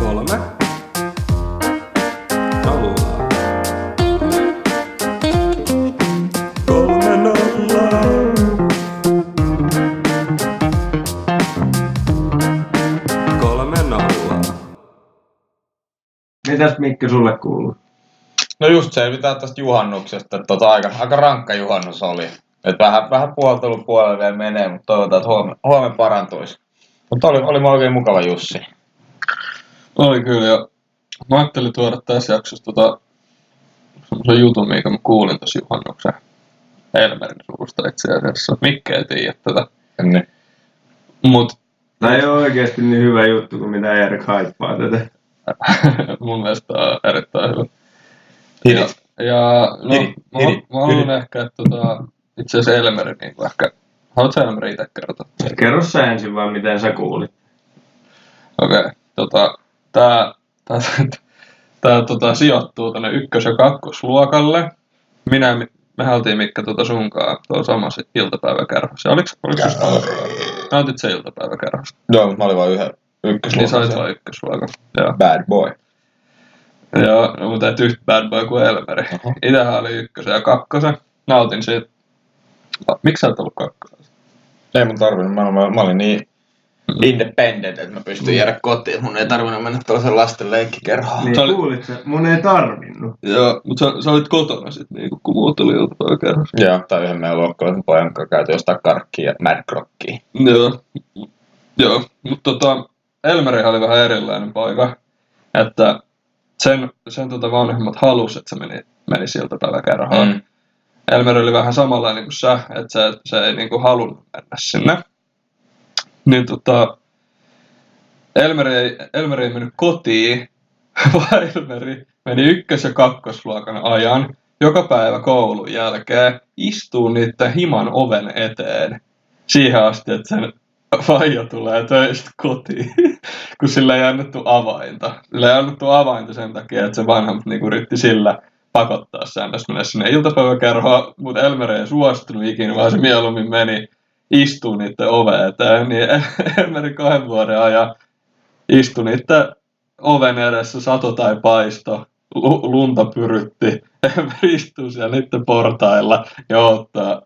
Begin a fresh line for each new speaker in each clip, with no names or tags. Kolme. Nolla. Kolme nolla. Kolme nolla.
Mitäs Mikki sulle kuuluu?
No just selvitään tästä juhannuksesta. että Tota, aika, aika rankka juhannus oli. Et vähän, vähän puoltelun puolella vielä menee, mutta toivotaan, että huomenna huomen parantuisi. Mutta oli, oli oikein mukava Jussi.
Oli kyllä jo. Mä ajattelin tuoda tässä jaksossa tota, semmoisen jutun, minkä mä kuulin tuossa juhannuksen Elmerin suusta itse asiassa. Mikki ei tiedä tätä.
Niin.
Mut
Tämä ei ole oikeasti niin hyvä juttu kuin mitä Erik haippaa tätä.
mun mielestä tää on erittäin hyvä. Ja, ja no,
Hirit,
mä,
hirit,
mä haluan ehkä, että tota, itse asiassa Elmerin niin kuin ehkä... Haluatko sä Elmerin itse kertoa?
Kerro sä ensin vaan, miten sä kuulit.
Okei, okay. tota, tää, tää, tää tota, sijoittuu tänne ykkös- ja kakkosluokalle. Minä, ja Mi- me oltiin Mikka tota sunkaan tuolla samassa iltapäiväkerhossa. Oliks, oliks just Mä otit se iltapäiväkerhossa.
Joo, mutta mä olin vaan yhden
Niin sä olit
ykkösluokan.
vaan ykkösluokan. Joo.
Bad boy.
Joo, no, mutta et yhtä bad boy kuin Elmeri.
Oho.
Itähän oli ykkösen ja kakkosen. Nautin siitä. Ah, Miksi sä et ollut kakkosen?
Ei mun tarvinnut, mä, mä, mä olin niin independent, että mä pystyn jäädä kotiin. Mun ei tarvinnut mennä tuollaisen lasten leikkikerhoon.
Niin
Sä olit-
kuulit sä? Mun ei tarvinnut.
Joo, mutta sä, sä olit kotona sit niinku, kun muut oli iltapäiväkerhossa.
Joo, tai yhden meidän luokkalaisen pojan kanssa käyty jostain karkkiin ja madcrockiin.
Joo. Joo, mutta tota, Elmeri oli vähän erilainen poika. Että sen, sen tota vanhemmat halus, että se meni, meni siltä tällä kerralla. Mm.
Mm.
Elmeri oli vähän samanlainen kuin sä, että se, se ei niinku halunnut mennä sinne. Niin tota, Elmeri ei, Elmeri ei mennyt kotiin, vaan Elmeri meni ykkös- ja kakkosluokan ajan joka päivä koulun jälkeen istuu niiden himan oven eteen siihen asti, että sen faija tulee töistä kotiin, kun sillä ei annettu avainta. Sillä ei annettu avainta sen takia, että se vanhemmat niinku yritti sillä pakottaa säännös mennä sinne iltapäiväkerhoon, mutta Elmer ei suostunut ikinä, vaan se mieluummin meni istuu niiden ove eteen, niin Elmeri kahden vuoden ajan istui niiden oven edessä sato tai paisto, lu- lunta pyrytti, Elmeri istuu siellä niiden portailla ja odottaa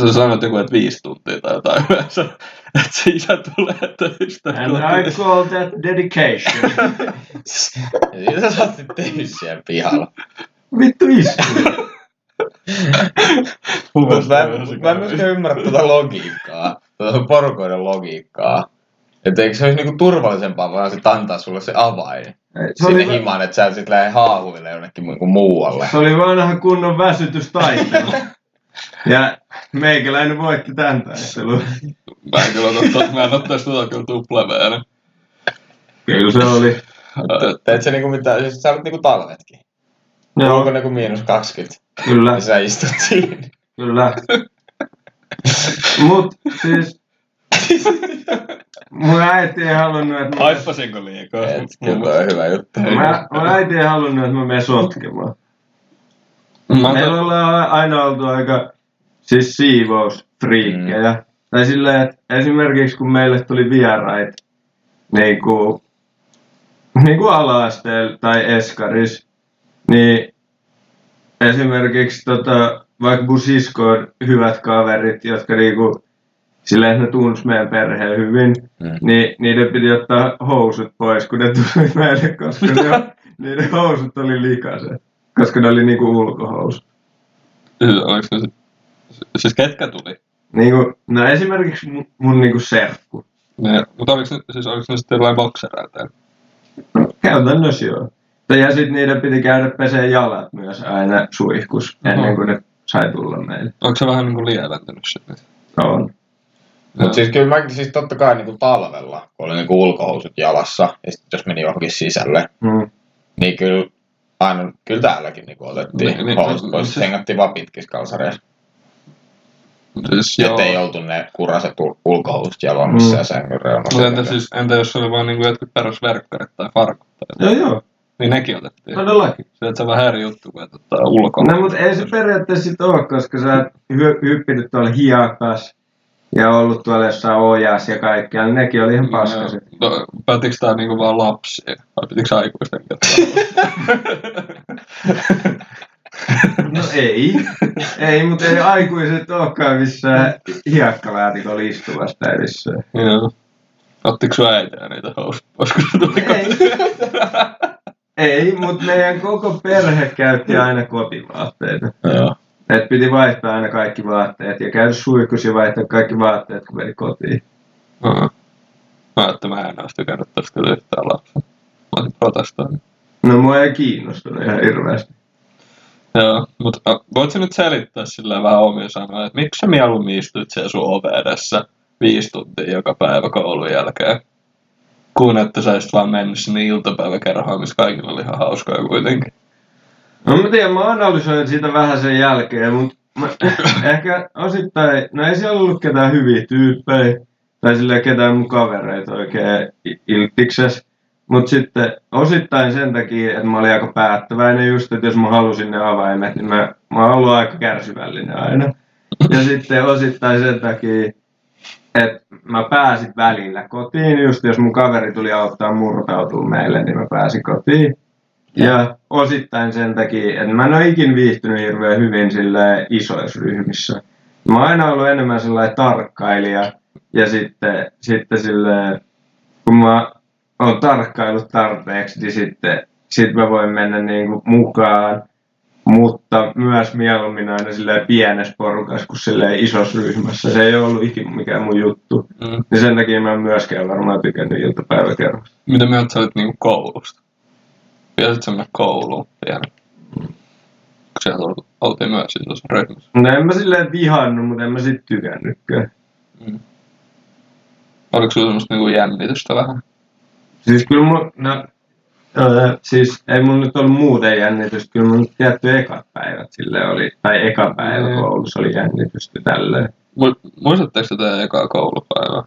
sä sanoit joku, että viisi tuntia tai jotain yleensä, että se isä tulee töistä.
And I call that dedication.
Ja siitä sä oot sitten tehnyt siellä pihalla.
Vittu istu.
Mun
Mut
mielestä
mä,
on
mut mä en
ihan sikana.
myöskään ymmärrä tuota logiikkaa, tuota porukoiden logiikkaa. Että eikö se olisi niinku turvallisempaa vaan sit antaa sulle se avain
Se oli,
sinne himaan, että sä sit lähde haahuille jonnekin mu- muualle.
se oli vanha kunnon väsytystaistelu. Ja meikäläinen voitti tämän taistelun.
Mä en kyllä ottaa, mä en ottaisi tota kyllä tuplaveena.
Kyllä se oli.
Teet se niinku mitään, siis sä olet niinku talvetkin. No.
Joo,
Onko niinku miinus 20,
kyllä,
ja sä istut siinä.
kyllä. Mut siis... Mun äiti ei halunnut, että mä,
Haippasinko liikaa?
Et, kyllä toi on hyvä juttu.
mä, mun äiti ei halunnut, että mä menen sotkemaan.
Mä
Meillä ollaan aina oltu aika siis siivousfriikkejä. Mm. Tai silleen, että esimerkiksi kun meille tuli vieraita niin kuin, niin kuin ala-asteella tai eskaris, niin esimerkiksi tota, vaikka mun sisko on hyvät kaverit, jotka niinku, silleen, että ne tunsi meidän perheen hyvin,
Mm.
niin niiden piti ottaa housut pois, kun ne tuli meille, koska ne, niiden housut oli likaiset, koska ne oli niinku ulkohousut.
Oliko se... Siis ketkä tuli?
Niin kuin, no esimerkiksi mun, mun niin kuin serkku.
Ne, mutta oliko ne, siis oliko ne sitten jollain boksereita?
Käytännössä joo. Tai Ja sitten niiden piti käydä pesee jalat myös aina suihkus ennen
Oho.
kuin ne sai tulla meille.
Onko se vähän niinku lieventynyt se nyt?
On.
Mutta siis kyllä mäkin siis totta kai niinku talvella, kun oli niinku ulkohousut jalassa, ja sit jos meni johonkin sisälle,
Mm.
niin kyllä aina, kyllä täälläkin niinku otettiin niin,
Niin, niin,
niin,
niin,
housut pois,
siis-
siis... hengattiin vaan pitkissä kalsareissa.
Siis joo.
Ettei joutu ne kuraset ul- ulkohousut jaloon missään mm. sängyn
Mutta entä,
reunassa.
siis, entä jos oli vaan niinku jotkut perusverkkarit tai farkut? Tai,
Joo No joo,
niin nekin otettiin.
todellakin.
Se, että se on vähän eri juttu, tota, kun et ottaa ulkoa.
No mutta ei se periaatteessa sit ole, koska sä oot hy- hyppinyt tuolla hiakas. ja ollut tuolla jossain ojas ja kaikkea, niin nekin oli ihan paskaset.
No, Päätikö tää niinku vaan lapsia? Vai pitikö niinku aikuisten ketään?
No ei, ei, mutta ei aikuiset olekaan missään hiakkalaatikolla istuvassa tai missään.
Joo. Niin Ottiko sun äitiä niitä housuja pois, kun se tuli kotiin?
Ei, mutta meidän koko perhe käytti aina kotivaatteita.
Joo.
Et piti vaihtaa aina kaikki vaatteet ja käydä suihkussa ja vaihtaa kaikki vaatteet, kun meni kotiin.
Joo. Mä ajattelin, että mä en olisi tykännyt tosta yhtään lapsena. Mä olisin protestoinut.
No mua ei kiinnostunut ihan hirveästi.
Joo, mutta voit sä nyt selittää sillä vähän omia sanoja, että miksi sä mieluummin istuit siellä sun ove edessä viisi tuntia joka päivä koulun jälkeen? Kun että sä olisit vaan mennyt sinne iltapäiväkerhoon, missä kaikilla oli ihan hauskoja kuitenkin.
No mä tiedän, mä analysoin sitä vähän sen jälkeen, mutta ehkä osittain, no ei siellä ollut ketään hyviä tyyppejä, tai sillä ketään mun kavereita oikein i- iltikses. Mutta sitten osittain sen takia, että mä olin aika päättäväinen just, että jos mä halusin ne avaimet, niin mä, mä oon ollut aika kärsivällinen aina. Ja sitten osittain sen takia, että mä pääsin välillä kotiin, just jos mun kaveri tuli auttaa murtautua meille, niin mä pääsin kotiin. Ja osittain sen takia, että mä en ole ikin viihtynyt hirveän hyvin sillä isoissa ryhmissä. Mä oon aina ollut enemmän sellainen tarkkailija ja sitten, sitten sille, kun mä oon tarkkaillut tarpeeksi, niin sitten sit mä voin mennä niin kuin mukaan, mutta myös mieluummin aina silleen pienessä porukassa kuin silleen isossa ryhmässä. Se ei ole ollut ikin mikään mun juttu.
Mm.
Ja sen takia mä en myöskään varmaan tykännyt iltapäiväkerrasta.
Mitä mieltä sä olit niinku koulusta? Pitäisit sä mennä kouluun vielä? Kun siellä ol- oltiin myös isossa ryhmässä.
No en mä silleen vihannut, mutta en mä sit tykännytkään.
Oliko sulla semmoista niinku jännitystä vähän?
Siis kyllä mun, no, öö, siis ei mun nyt ollut muuten jännitystä, kyllä mun tietty ekat päivät sille oli, tai eka päivä
Mm.
koulussa oli jännitystä tälleen.
Mu- Muistatteko te teidän ekaa koulupäivää?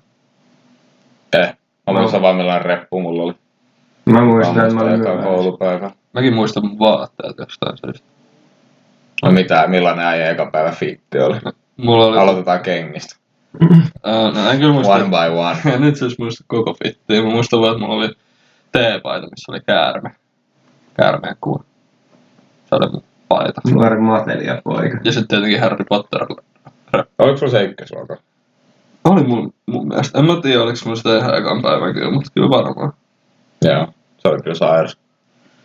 Eh, mä
No.
olin savaimmillaan reppu, mulla oli
Mä muistan, että mä olin
eka
myöhässä.
koulupäivä.
Mäkin muistan mun vaatteet jostain syystä.
No mitä, millainen äijä eka päivä fiitti oli?
No, Mulla oli...
Aloitetaan kengistä.
Äh, no, en kyllä muista...
One by one.
En nyt siis muista koko fittiä. Mä muistan vaan, että mulla oli teepaita, missä oli käärme. Käärmeen kuva. Se oli mun paita.
Nuori matelia poika.
Ja sitten tietenkin Harry Potter.
Oliko sulla se ykkösluokka?
Oli mun, mun mielestä. En mä tiedä, oliko mulla sitä ihan ekan päivän kyllä, mutta kyllä varmaan.
Joo. Se oli kyllä sairas.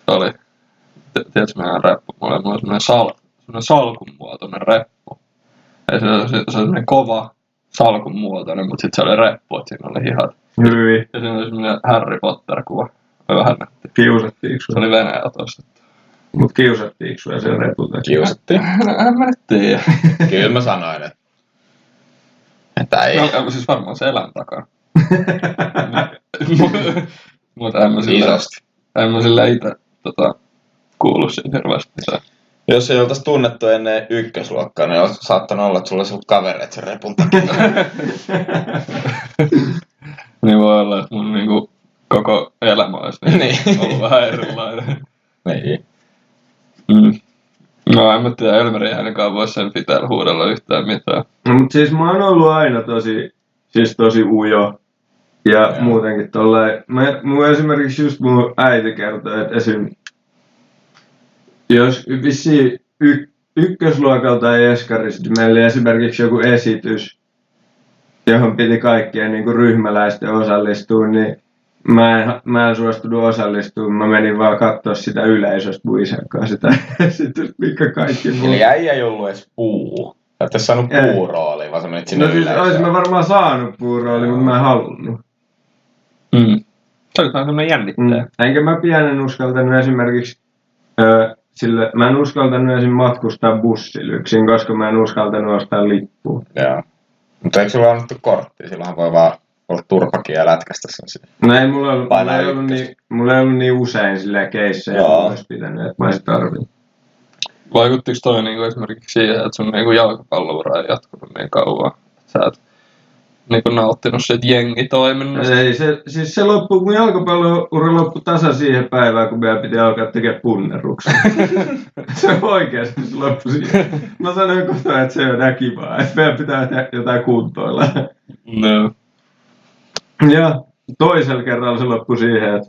Se oli. T- Tiedätkö, meidän reppu? Mulla oli, mulla oli semmonen, sal, semmonen salkun muotoinen reppu. Ja se, se, se oli semmonen kova salkun muotoinen, mutta sitten se oli reppu, että siinä oli hihat.
Hyvin.
Ja siinä oli semmonen Harry Potter-kuva. Oli vähän nätti.
Kiusattiinko
Se
sua?
oli Venäjä tosta.
Mut kiusattiinko sua sen repulta?
Kiusattiin.
En mä nyt tiedä.
Kyllä mä sanoin, että... Että ei.
No, siis varmaan se elän takana. Mutta en mä sillä,
Isosti.
en mä sillä ite tota, kuullut siitä hirveästi mitään.
Jos ei oltaisi tunnettu ennen ykkösluokkaa, niin olisi saattanut olla, että sulla olisi ollut kavereet sen repun takia.
Niin voi olla, että mun niinku koko elämä olisi
Niin.
niin. ollut vähän erilainen.
niin.
Mm. No en mä tiedä, Elmeri ei ainakaan voi sen pitää huudella yhtään mitään.
No, mut siis mä oon ollut aina tosi, siis tosi ujo. Ja
Joo.
muutenkin tolleen, mä, mun esimerkiksi just mun äiti kertoi, että esim. Jos vissiin y, ykkösluokalta tai eskarista, niin meillä oli esimerkiksi joku esitys, johon piti kaikkien niin ryhmäläisten osallistua, niin mä en, mä en suostunut osallistumaan. Mä menin vaan katsoa sitä yleisöstä mun isän kanssa sitä esitystä, mikä kaikki muut.
Eli äijä ei ollut edes puu. Sä et edes saanut
Ei.
puuroolia, vaan sä menit sinne
No siis olisin mä
yleisöön.
varmaan saanut puurooli, mutta mä en halunnut.
Mm. Se oli vähän semmonen
Mm.
jännittäjä.
Enkä mä pienen uskaltanut esimerkiksi, ö, sillä, mä en uskaltanut esim. matkustaa bussilla yksin, koska mä en uskaltanut ostaa lippua.
Joo. Mutta eikö sulla annettu kortti? Silloin voi vaan olla turpakin ja lätkästä sen sinne.
No ei mulla, ollut,
Painaa
mulla, ei ollut
ykköstä.
niin, mulla ei ollut niin usein sillä keissejä, että
Joo.
mä olisi pitänyt, että mä olisin tarvinnut.
Vaikuttiko toi niinku esimerkiksi siihen, että sun niinku jalkapalloura ei jatkunut niin kauan? Sä et niin kuin nauttinut siitä jengitoiminnasta.
Ei, se, siis se loppui, mun jalkapalloura loppui tasa siihen päivään, kun meidän piti alkaa tekemään punnerruksia. se oikeasti se loppui siihen. Mä sanoin kohta, että se ei ole näkivää, että meidän pitää tehdä jotain kuntoilla.
No.
ja toisella kerralla se loppui siihen, että,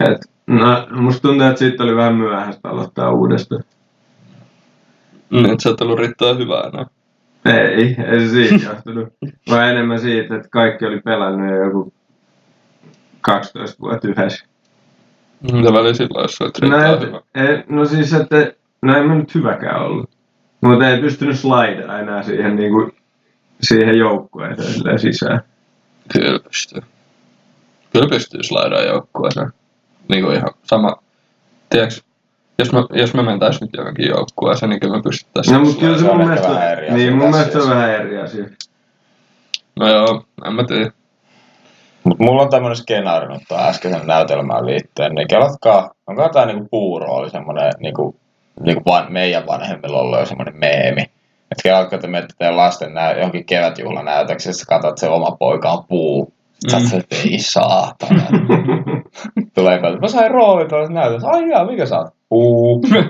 että no, musta tuntuu, että siitä oli vähän myöhäistä aloittaa uudestaan.
Nyt Niin, sä oot ollut riittää hyvää enää.
Ei, ei se siitä johtunut. Vaan enemmän siitä, että kaikki oli pelannut jo joku 12 vuotta yhdessä.
Mitä väliä sillä olisi, että
No,
riittää
et,
hyvää?
et, no siis, että no en mä nyt hyväkään ollut. Mutta ei pystynyt slidea enää siihen, niinku, siihen joukkueeseen silleen sisään.
Kyllä pystyy. Kyllä pystyy slaidaan joukkueeseen. Niin kuin ihan sama. Tiedätkö, jos me, jos me mentäis nyt johonkin joukkueeseen, niin kyllä me pystyttäisiin.
No mutta kyllä se
se on
mun
ehkä vähän
mielestä,
eri asia
niin, mun mielestä se
tässä
on
asiassa.
vähän eri asia.
No joo, en mä tiedä.
Mut mulla on tämmönen skenaario nyt tuohon äskeisen näytelmään liittyen, niin kelatkaa, onko tää niinku puuro oli semmonen niinku, niinku van, meidän vanhemmilla ollut jo semmonen meemi. Et kelatkaa, että menette teidän lasten nä- johonkin kevätjuhlanäytöksessä, sä katsot, että se oma poika on puu. Sit sä oot
Mm.
se, että ei saatana. Tulee kautta, mä sain roolin tuollaisessa näytössä, ai jaa, mikä sä oot? Puu. Sit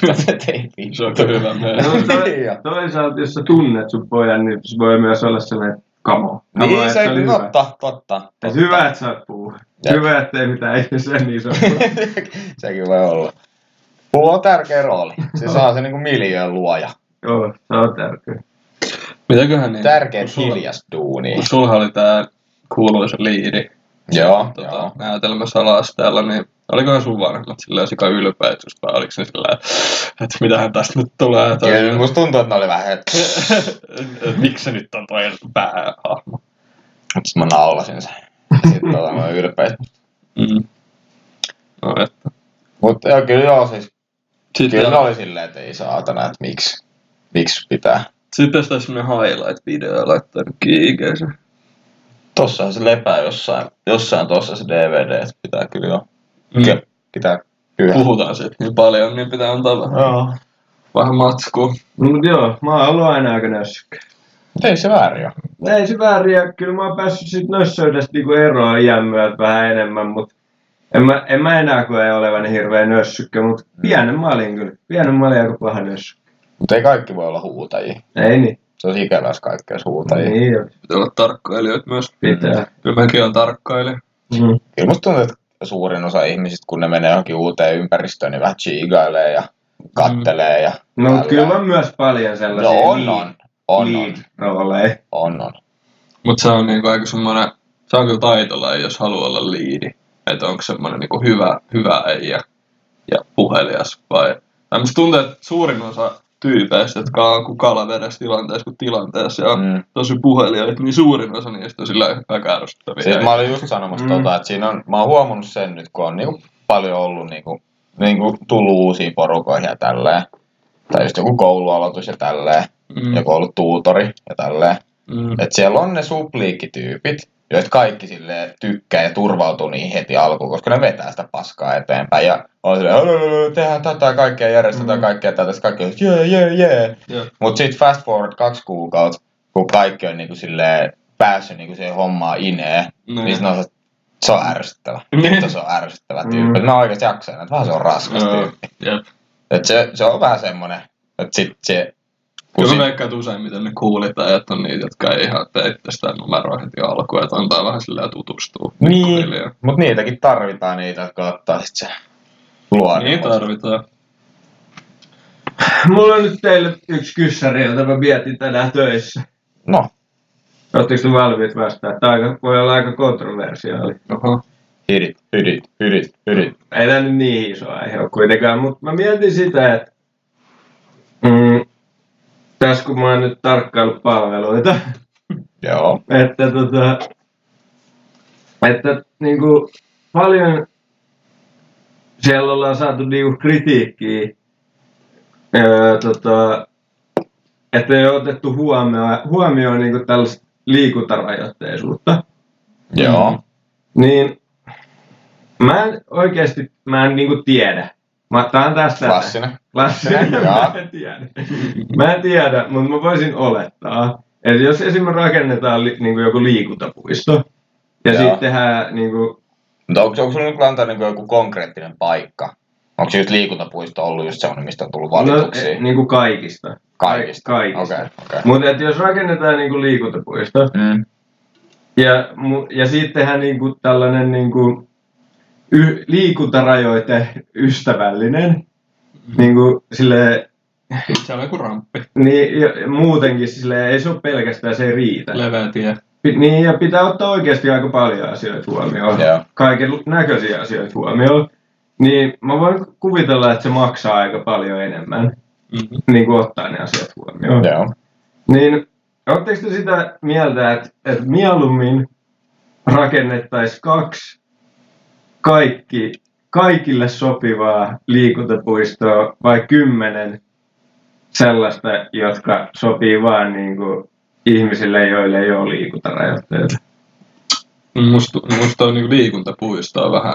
sä oot, että ei
Se on kyllä hyvä meidän.
No,
Niin jo.
to, toisaalta, jos sä tunnet sun pojan, niin se voi myös olla sellainen kamo. Kamo,
Niin,
että
se
oli
ei,
hyvä.
totta, totta.
Et hyvä, että sä oot puu.
Jep.
Hyvä, ettei mitään ei sen niin sanoa.
Sekin voi olla. Pulla on tärkeä rooli. Se saa se niinku miljoon luoja.
Joo, se on tärkeä.
Mitäköhän niin?
Tärkeet
sulla,
hiljas duuni.
kun sulla oli tää kuuluisa liidi
Joo,
tota,
joo.
näytelmässä ala-asteella, niin olikohan sun vanhemmat silleen sika ylpeät just, vai oliko ne silleen, että mitähän tästä nyt tulee? Tai-
Kyllä, musta tuntuu, että ne oli vähän, että
Et Miksi se nyt on toi päähahmo?
Mut mä naulasin sen. Sitten tota, mä ylpeä.
Mm. No, että.
Mutta joo, kyllä joo, siis
Sitten,
kyllä ne oli silleen, että ei saatana, että miksi, miksi pitää.
Sitten jos taisi semmonen highlight-video laittanut kiikeensä.
Tossahan se lepää jossain, jossain tossa se DVD, että pitää kyllä joo. Kyllä, pitää kyllä.
Niin Puhutaan siitä niin paljon, niin pitää antaa vähän,
Joo.
vähän matskua.
No, mut joo, mä oon ollut aina aika nössykkä.
Mut ei se väärin ole.
No Ei se väärin, ja kyllä mä oon päässyt sit nössöydestä niinku eroon iän myötä vähän enemmän, mut en mä, en mä enää koe olevani hirveä nössykkä, mut pienen mä olin kyllä. Pienen mä olin aika paha nössykkä.
Mutta ei kaikki voi olla huutajia.
Ei niin.
Se on ikävä, jos kaikki olisi huutajia.
Niin joo,
Pitää olla tarkkailijoita myös.
pitää.
Kyllä mäkin olen tarkkailija.
Mm.
Kyllä musta tuntuu, että suurin osa ihmisistä, kun ne menee johonkin uuteen ympäristöön, niin vähän chigailee ja kattelee ja...
No mut
tällä.
kyllä on myös paljon
No
sellaisia niin-
on, on. On, on,
lead-rooleja.
on, on.
Mutta se on niinku aika semmoinen, se on kyllä taitolaji, jos haluaa olla liidi. Että onko semmoinen niinku hyvä, hyvä äijä ja puhelias vai... Tai musta tuntuu, että suurin osa tyypeistä, jotka on kuin kalavedessä tilanteessa kuin tilanteessa ja on
Mm.
tosi puhelijoita, niin suurin osa niistä on sillä aika ärsyttäviä.
Siis mä olin just sanomassa
Mm.
mm. tota, että siinä on, mä oon huomannut sen nyt, kun on niinku paljon ollut niinku, niinku tullut uusiin porukoihin ja tälleen. Tai just joku koulualoitus ja tälleen. Mm. Joku ollut tuutori ja tälleen.
mm.
Et siellä on ne supliikkityypit, joista kaikki sille tykkää ja turvautuu niihin heti alkuun, koska ne vetää sitä paskaa eteenpäin. Ja on silleen, "Hö, hö, hö, tehdään tätä ja kaikkea, järjestetään
Mm.
mm. kaikkea tätä, sitten kaikki on, jee, jee, jee.
Jep.
Mutta sitten fast forward kaksi kuukautta, kun kaikki on niinku silleen päässyt niinku siihen hommaan ineen,
Mm.
mm. niin sit ne on se, se on ärsyttävä.
Mm.
Vittu se on ärsyttävä tyyppi.
Mm.
Mm. Mä oikeesti jaksan, että vähän se on raskas
Joo,
tyyppi.
jep.
Et se, se on vähän semmonen, että sit se... kun
Kyllä mä
sit-
veikkaan, että useimmiten ne kuulitaan, että on niitä, jotka ei ihan tee sitä numeroa heti alkuun, että antaa vähän sillä tutustua.
Niin,
pikkuhiljaa.
mutta niitäkin tarvitaan niitä, jotka ottaa sit se luokan.
Niin tarvitaan.
Mulla on nyt teille yksi kyssäri, jota mä mietin tänään töissä.
No,
Oletteko te valmiit vastaan? Tämä aika, voi olla aika kontroversiaali.
Oho.
hidit, hidit, hidit, hidit.
Ei tämä nyt niin iso aihe ole kuitenkaan, mutta mä mietin sitä, että mm, tässä kun mä oon nyt tarkkaillut palveluita,
Joo.
että, tota, että niin kuin, paljon siellä ollaan saatu niin kuin, kritiikkiä, öö, tota, että ei ole otettu huomioon, huomioon niin kuin, tällaista liikuntarajoitteisuutta.
Joo.
Niin mä en oikeasti, mä en niin kuin, tiedä. Mä, tää on tästä.
Klassinen.
Klassinen.
Joo.
mä en tiedä. Mä en tiedä, mutta mä voisin olettaa, Et jos esimerkiksi rakennetaan li, niin kuin joku liikuntapuisto, ja
Joo.
sitten tehdään niin kuin,
Mutta onko, onko sulla nyt antaa niin joku konkreettinen paikka? Onko se just liikuntapuisto ollut just semmoinen, mistä on tullut valituksia? No,
niin kuin kaikista.
kaikista?
kaikista.
Okei, okei.
Mutta jos rakennetaan niin kuin liikuntapuisto,
Mm.
ja, mu- ja sittenhän niin kuin tällainen niin kuin y, liikuntarajoite ystävällinen, niin kuin sille,
Se on joku ramppi,
niin, ja muutenkin sille, ei se ole pelkästään se ei riitä.
leveä tie.
Pi- Niin, ja pitää ottaa oikeasti aika paljon asioita huomioon.
Joo.
Kaiken näköisiä asioita huomioon. Niin mä voin kuvitella, että se maksaa aika paljon enemmän,
Mm-hmm.
niin kuin ottaa ne asiat huomioon.
Joo.
Niin, oletteko te sitä mieltä, että, että mieluummin rakennettaisiin kaksi kaikki, kaikille sopivaa liikuntapuistoa vai kymmenen sellaista, jotka sopii vaan niin kuin ihmisille, joille ei ole liikuntarajoitteita?
Musta, musta on niin liikuntapuisto on vähän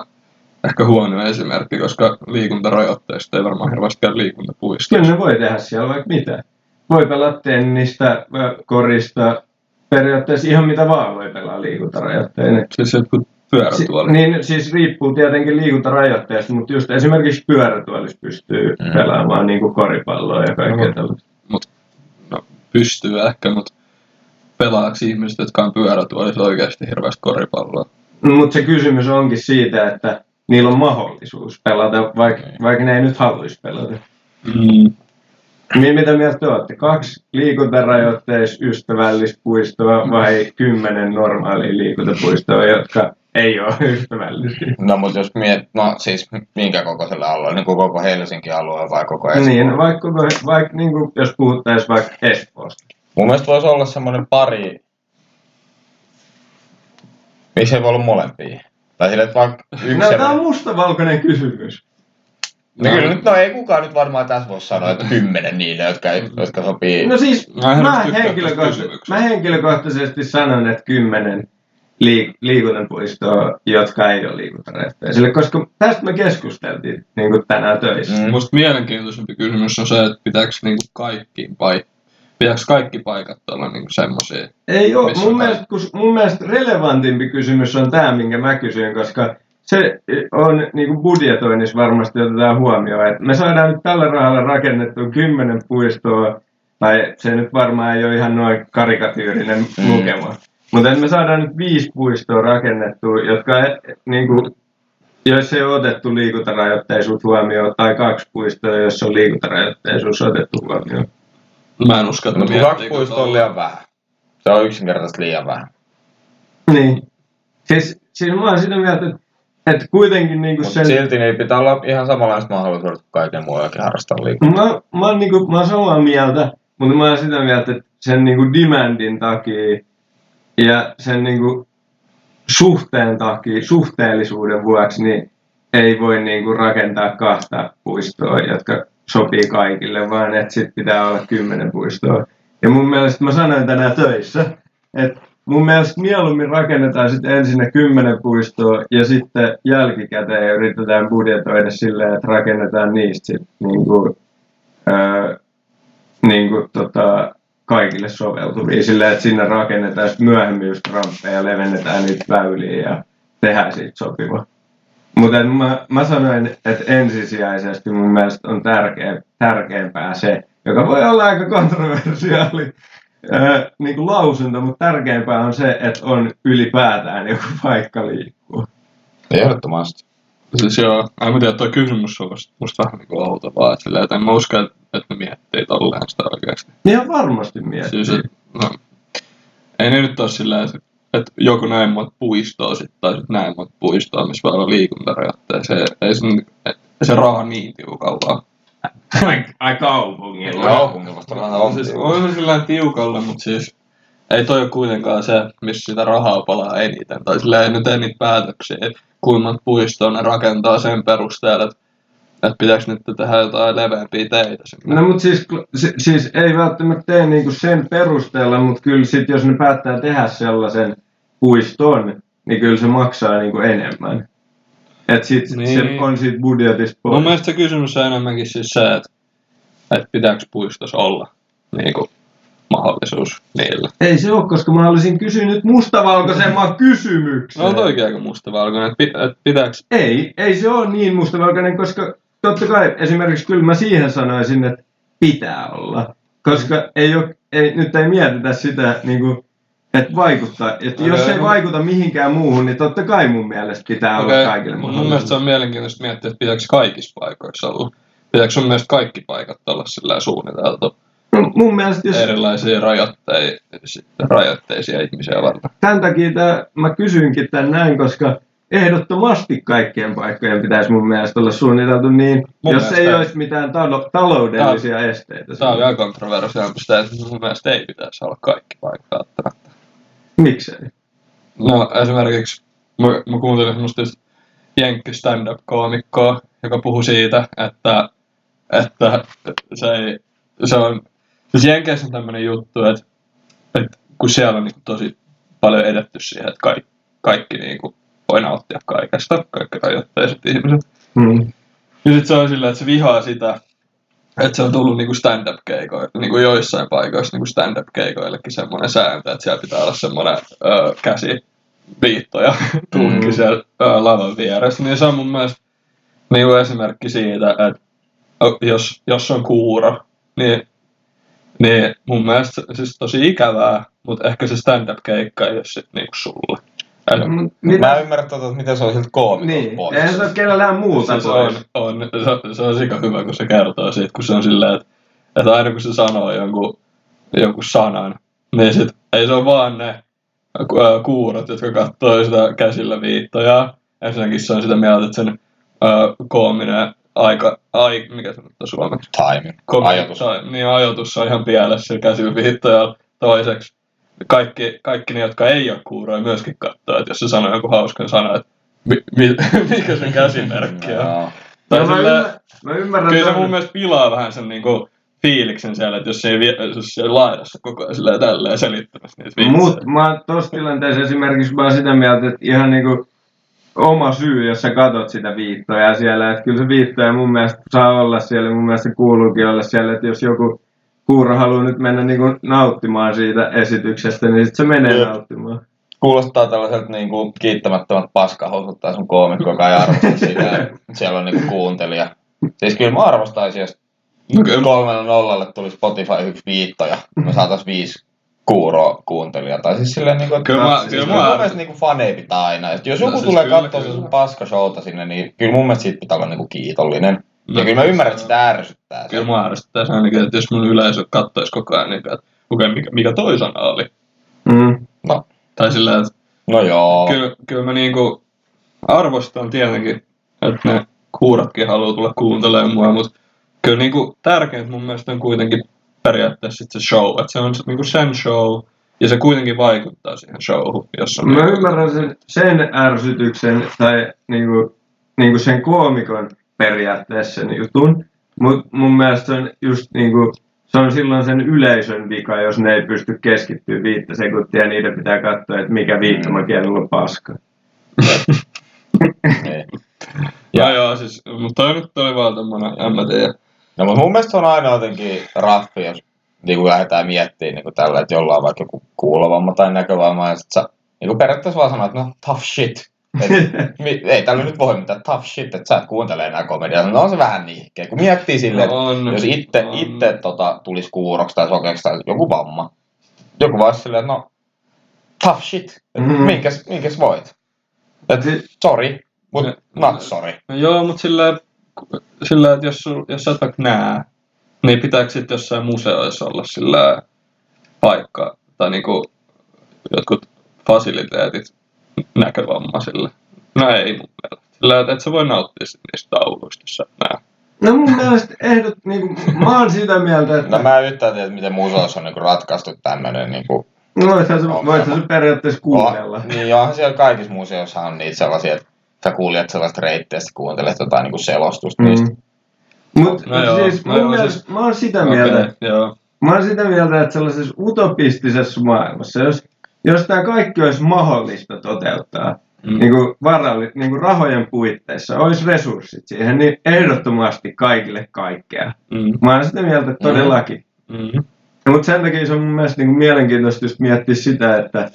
ehkä huono esimerkki, koska liikuntarajoitteista ei varmaan hirveästi käy liikuntapuistoja.
Kyllä ne voi tehdä siellä vaikka mitä. Voi pelata tennistä, ö, korista, periaatteessa ihan mitä vaan voi pelaa liikuntarajoitteinen.
Siis jotkut
Si-
pyörätuolit.
niin siis riippuu tietenkin liikuntarajoitteesta, mutta just esimerkiksi pyörätuolissa pystyy
Mm.
mm. pelaamaan niin kuin koripalloa ja kaikkea
Joo.
tällaista.
no, pystyy ehkä, mutta pelaaks ihmiset, jotka on pyörätuolissa oikeasti hirveästi koripalloa?
Mutta se kysymys onkin siitä, että niillä on mahdollisuus pelata, vaikka
Niin.
vaikka ne ei nyt haluaisi pelata.
Mm.
Niin mitä mieltä te olette? Kaksi liikuntarajoitteis ystävällistä puistoa vai kymmenen normaalia liikuntapuistoa, jotka ei ole ystävällisiä?
No mutta jos miet, no siis minkä kokoisella alueella, niin kuin koko Helsingin alueella vai koko Espoo?
Niin, vaikka, vaikka niin kuin, jos puhuttaisiin vaikka Espoosta.
Mun mielestä voisi olla semmoinen pari, miksi ei voi olla molempia? Tai sille, että vaikka yksi...
No, tämä on
semmoinen-
mustavalkoinen kysymys.
no, kyllä nyt, no ei kukaan nyt varmaan tässä voi sanoa, että kymmenen niille, jotka, ei- jotka sopii.
Mm. No siis,
Niin. Mä
mä,
en
mä,
tykkää tästä
henkilökohtaisesti,
kysymyksestä.
mä henkilökohtaisesti sanon, että kymmenen liik- liikuntapuistoa, jotka ei ole liikuntarehteisille, koska tästä me keskusteltiin niin kuin tänään töissä. Mm.
Mm.
Musta mielenkiintoisempi kysymys on se, että pitääkö niinku kaikkiin paik- Pitääkö kaikki paikat olla niinku semmosia?
Ei ole.
Missä
Mun
päin?
mielestä, kun, mun mielestä relevantimpi kysymys on tämä, minkä mä kysyin, koska se on niin kuin budjetoinnissa varmasti otetaan huomioon, että me saadaan nyt tällä rahalla rakennettu kymmenen puistoa, tai se nyt varmaan ei ole ihan noin karikatyyrinen
Mm.
lukema, mutta että me saadaan nyt viisi puistoa rakennettua, jotka e- niin kuin, jos ei ole otettu liikuntarajoitteisuus huomioon, tai kaksi puistoa, joissa on liikuntarajoitteisuus otettu huomioon.
Mä en usko, että
Mutta kaksi
miettiikö
puistoa on
tuolla-
liian vähän. Se on yksinkertaisesti liian vähän.
Niin. Siis, siis mä oon sitä mieltä, että, että kuitenkin niinku
Mutta
sen...
silti niin pitää olla ihan samanlaiset mahdollisuudet kuin kaiken muuallakin harrastaa liikuntaa.
Mä, mä, oon niinku, mä oon samaa mieltä, mutta mä oon sitä mieltä, että sen niinku demandin takia ja sen niinku suhteen takia, suhteellisuuden vuoksi, niin ei voi niinku rakentaa kahta puistoa, jotka sopii kaikille, vaan että sit pitää olla kymmenen puistoa. Ja mun mielestä mä sanoin tänään töissä, että mun mielestä mieluummin rakennetaan sitten ensin ne kymmenen puistoa ja sitten jälkikäteen yritetään budjetoida silleen, että rakennetaan niistä sit niinku, öö, niinku tota, kaikille soveltuvia silleen, että sinne rakennetaan sit myöhemmin just ramppeja ja levennetään niitä väyliä ja tehdään siitä sopiva. Mutta mä, mä sanoin, että ensisijaisesti mun mielestä on tärkeä, tärkeämpää se, joka voi olla aika kontroversiaali ää, niin kuin lausunto, mutta tärkeämpää on se, että on ylipäätään joku paikka liikkuu.
Ehdottomasti.
Siis joo, mä en tiedä, toi kysymys on musta- musta vähän niinku outo vaan silleen, että en mä usko, että, että ne miettii tolleen sitä oikeasti.
Ihan varmasti miettii.
Siis, et, no, ei ne nyt ole silleen, että, että joku näin monta puistoa sit, tai sit näin monta puistoa, missä voi olla liikuntarajoitteja. Se, ei se, se raha niin tiukalla.
Ai, ai
Niin,
kaupungilla.
Kaupungilla vasta vähän on.
siis, on se sillä tiukalla, mutta siis ei toi ole kuitenkaan se, missä sitä rahaa palaa eniten. Tai sillä ei ne tee niitä päätöksiä, että kuinka monta puistoa ne rakentaa sen perusteella, että, että pitääkö nyt tehdä jotain leveämpiä teitä sinne.
No mutta siis, si- siis ei välttämättä tee niinku sen perusteella, mutta kyllä sit jos ne päättää tehdä sellaisen puiston, niin kyllä se maksaa niinku enemmän. Et sit, sit niin.
Niin.
se on siitä budjetista
Mun
pois.
mielestä se kysymys on enemmänkin siis se, että, että pitääkö puistossa olla niin kuin, mahdollisuus niillä.
Ei se ole, koska mä olisin kysynyt mustavalkoisemman kysymyksen.
No on toikin aika mustavalkoinen, että pit- että pitääks...
Ei, ei se ole niin mustavalkoinen, koska totta kai esimerkiksi kyllä mä siihen sanoisin, että pitää olla. Koska ei ole, ei, nyt ei mietitä sitä, niin kuin, että vaikuttaa. Että jos ei
Okei.
vaikuta mihinkään muuhun, niin totta kai mun mielestä pitää okay.
Okei,
olla kaikille
Mun mielestä se on mielenkiintoista miettiä, että pitääkö kaikissa paikoissa olla. Pitääkö sun mielestä kaikki paikat olla sillä suunniteltu
mun, mun mielestä jos
erilaisia rajoitteisia, rajoitteisia ihmisiä varten?
tämän takia tää, mä kysyinkin tämän näin, koska ehdottomasti kaikkien paikkojen pitäisi mun mielestä olla suunniteltu niin,
Mun
jos
mielestä
ei
ei.
olisi mitään talo- taloudellisia esteitä.
Tämä on ihan kontroversiaalista, sitä, että mun mielestä ei pitäisi olla kaikki paikat välttämättä.
Miksei?
No esimerkiksi mä, mä kuuntelin semmoista just jenkki stand-up-koomikkoa, joka puhui siitä, että, että se, ei, se on, siis Jenkeissä on tämmöinen juttu, että, että kun siellä on niin tosi paljon edetty siihen, että kaikki, kaikki niin kuin voi nauttia kaikesta, kaikki rajoitteiset ihmiset.
Mm.
Ja sit se on silleen, että se vihaa sitä, että se on tullut niinku stand-up-keikoille, niinku joissain paikoissa niinku stand-up-keikoillekin semmoinen sääntö, että siellä pitää olla semmoinen öö, käsi viittoja tulkki
Mm.
mm. siellä öö, lavan vieressä. Niin se on mun mielestä niinku esimerkki siitä, että ö, jos, jos on kuuro, niin, niin mun mielestä se- siis tosi ikävää, mutta ehkä se stand-up-keikka ei ole sit niinku sulle. Eli
Niin.
Mitä?
Mä ymmärrän, tota, että miten se on siltä koomikon
Niin,
pois.
eihän se ole kenellään muuta
siis on,
pois.
on, se, on- se on sika hyvä, kun se kertoo siitä, kun se on silleen, että, että aina kun se sanoo jonkun, jonkun sanan, niin sit ei se ole vaan ne ku- ää, kuurot, jotka katsoo sitä käsillä viittoja. Ensinnäkin se on sitä mieltä, että sen ää, koominen aika, ai, mikä se nyt on suomeksi?
Timing.
Komi-
Ajatus.
Tai, niin ajoitus on ihan pielessä sillä käsillä viittojalla. Toiseksi kaikki, kaikki ne, jotka ei ole kuuroja, myöskin katsoo, että jos se sanoo jonkun hauskan sanan, että mi, mi, mikä sen käsimerkki on.
Joo.
Tai
mä,
sillä,
ymmär, mä ymmärrän
kyllä se
ton.
mun mielestä pilaa vähän sen niinku fiiliksen siellä, että jos se ei vie, jos se ei laidassa koko ajan sillä tälleen selittämässä niitä vitsejä.
Mut mä oon tossa tilanteessa esimerkiksi mä oon sitä mieltä, että ihan niinku oma syy, jos sä katot sitä viittoja siellä, että kyllä se viittoja mun mielestä saa olla siellä, mun mielestä se kuuluukin olla siellä, että jos joku kuuro haluaa nyt mennä niinku nauttimaan siitä esityksestä, niin sit se menee
Jep.
nauttimaan.
Kuulostaa tällaiseltä niin kuin, kiittämättömät paskahousut tai sun koomikko, joka ei arvosta sitä. että siellä on niin kuin, kuuntelija. Siis kyllä mä arvostaisin, jos
No kyllä mä-
kolmella nollalle tuli Spotify yksi viittoja. Me saatais viisi kuuroa kuuntelijaa. Tai siis silleen niin kuin,
Kyllä mä-
siis
kyllä
mun
mä-
mielestä niin kuin faneja pitää aina. Et jos
No
joku
siis
tulee
kyllä,
katsoa
kyllä.
sun paskashowta sinne, niin kyllä mun mielestä siitä pitää olla niin kuin kiitollinen. Ja kyllä mä ymmärrän, että sitä ärsyttää. se.
No. Kyllä mua ärsyttää se ainakin, että jos mun yleisö kattois koko ajan, niin että okei, mikä, mikä toi sana oli.
Mm.
No,
Tai sillä, että
no joo.
kyllä, kyllä mä niinku arvostan tietenkin, että ne kuuratkin haluaa tulla kuuntelemaan mua, mutta kyllä niinku tärkeintä mun mielestä on kuitenkin periaatteessa sit se show, että se on se- niinku sen show, ja se kuitenkin vaikuttaa siihen showhun, jos on...
Mä
niinku-
ymmärrän sen, sen ärsytyksen tai niinku, niinku sen koomikon periaatteessa sen jutun, mutta mun mielestä se on just niinku, se on silloin sen yleisön vika, jos ne ei pysty keskittyä viittä sekuntia ja niiden pitää katsoa, että mikä viittomakielellä on paska.
Niin.
Ja joo, siis, mutta toi nyt oli vaan tommonen, en mä tiedä.
No, mutta mun mielestä se on aina jotenkin raffi, jos niin kuin lähdetään miettimään niin kuin tällä, että jollain on vaikka joku kuulovamma tai näkövamma, ja sit sä niin kuin periaatteessa vaan sanot, että no, tough shit. Et, mi, ei tällä nyt voi mitään, tough shit, että sä et kuuntele enää komediaa. No on se vähän nihkeä, kun miettii silleen, että
on,
jos itse,
on.
itse tota, tulisi kuuroksi tai sokeaksi tai joku vamma, joku vaan silleen, että no, tough shit, että
Mm-hmm.
Mm.
minkäs, minkäs voit. Et, sorry, mutta not sorry.
No joo, mutta sillä, sillä että jos, sul- jos sä et vaikka näe, niin pitääkö sitten jossain museoissa olla sillä paikka tai niinku jotkut fasiliteetit näkövammaisille? No ei mun mielestä. Sillä, että et sä voi nauttia sit niistä tauluista, jos sä et näe.
No mun mielestä ehdot, niinku, mä oon sitä mieltä,
No
että
mä en yhtään tiedä, että miten museossa on niinku ratkaistu tämmönen niinku...
voithan se, voithan se periaatteessa kuunnella.
Oh, niin onhan siellä kaikissa museoissa on niitä sellaisia, että sä kuulijat sellaista reittiä, että sä kuuntelet jotain niinku selostusta mm. niistä.
Mm. Mutta
Niin. No joo,
siis
no
mun
joo,
mielestä, mä oon sitä mieltä,
Okei, joo.
Mä oon sitä mieltä, että sellaisessa utopistisessa maailmassa, jos, jos tämä kaikki olisi mahdollista toteuttaa
Mm.
niin kuin varalli, niin kuin rahojen puitteissa, olisi resurssit siihen, niin ehdottomasti kaikille kaikkea.
Mm.
Mä oon sitä mieltä että todellakin.
Mm.
Mutta sen takia se on mun mielestä niinku mielenkiintoista just miettiä sitä, että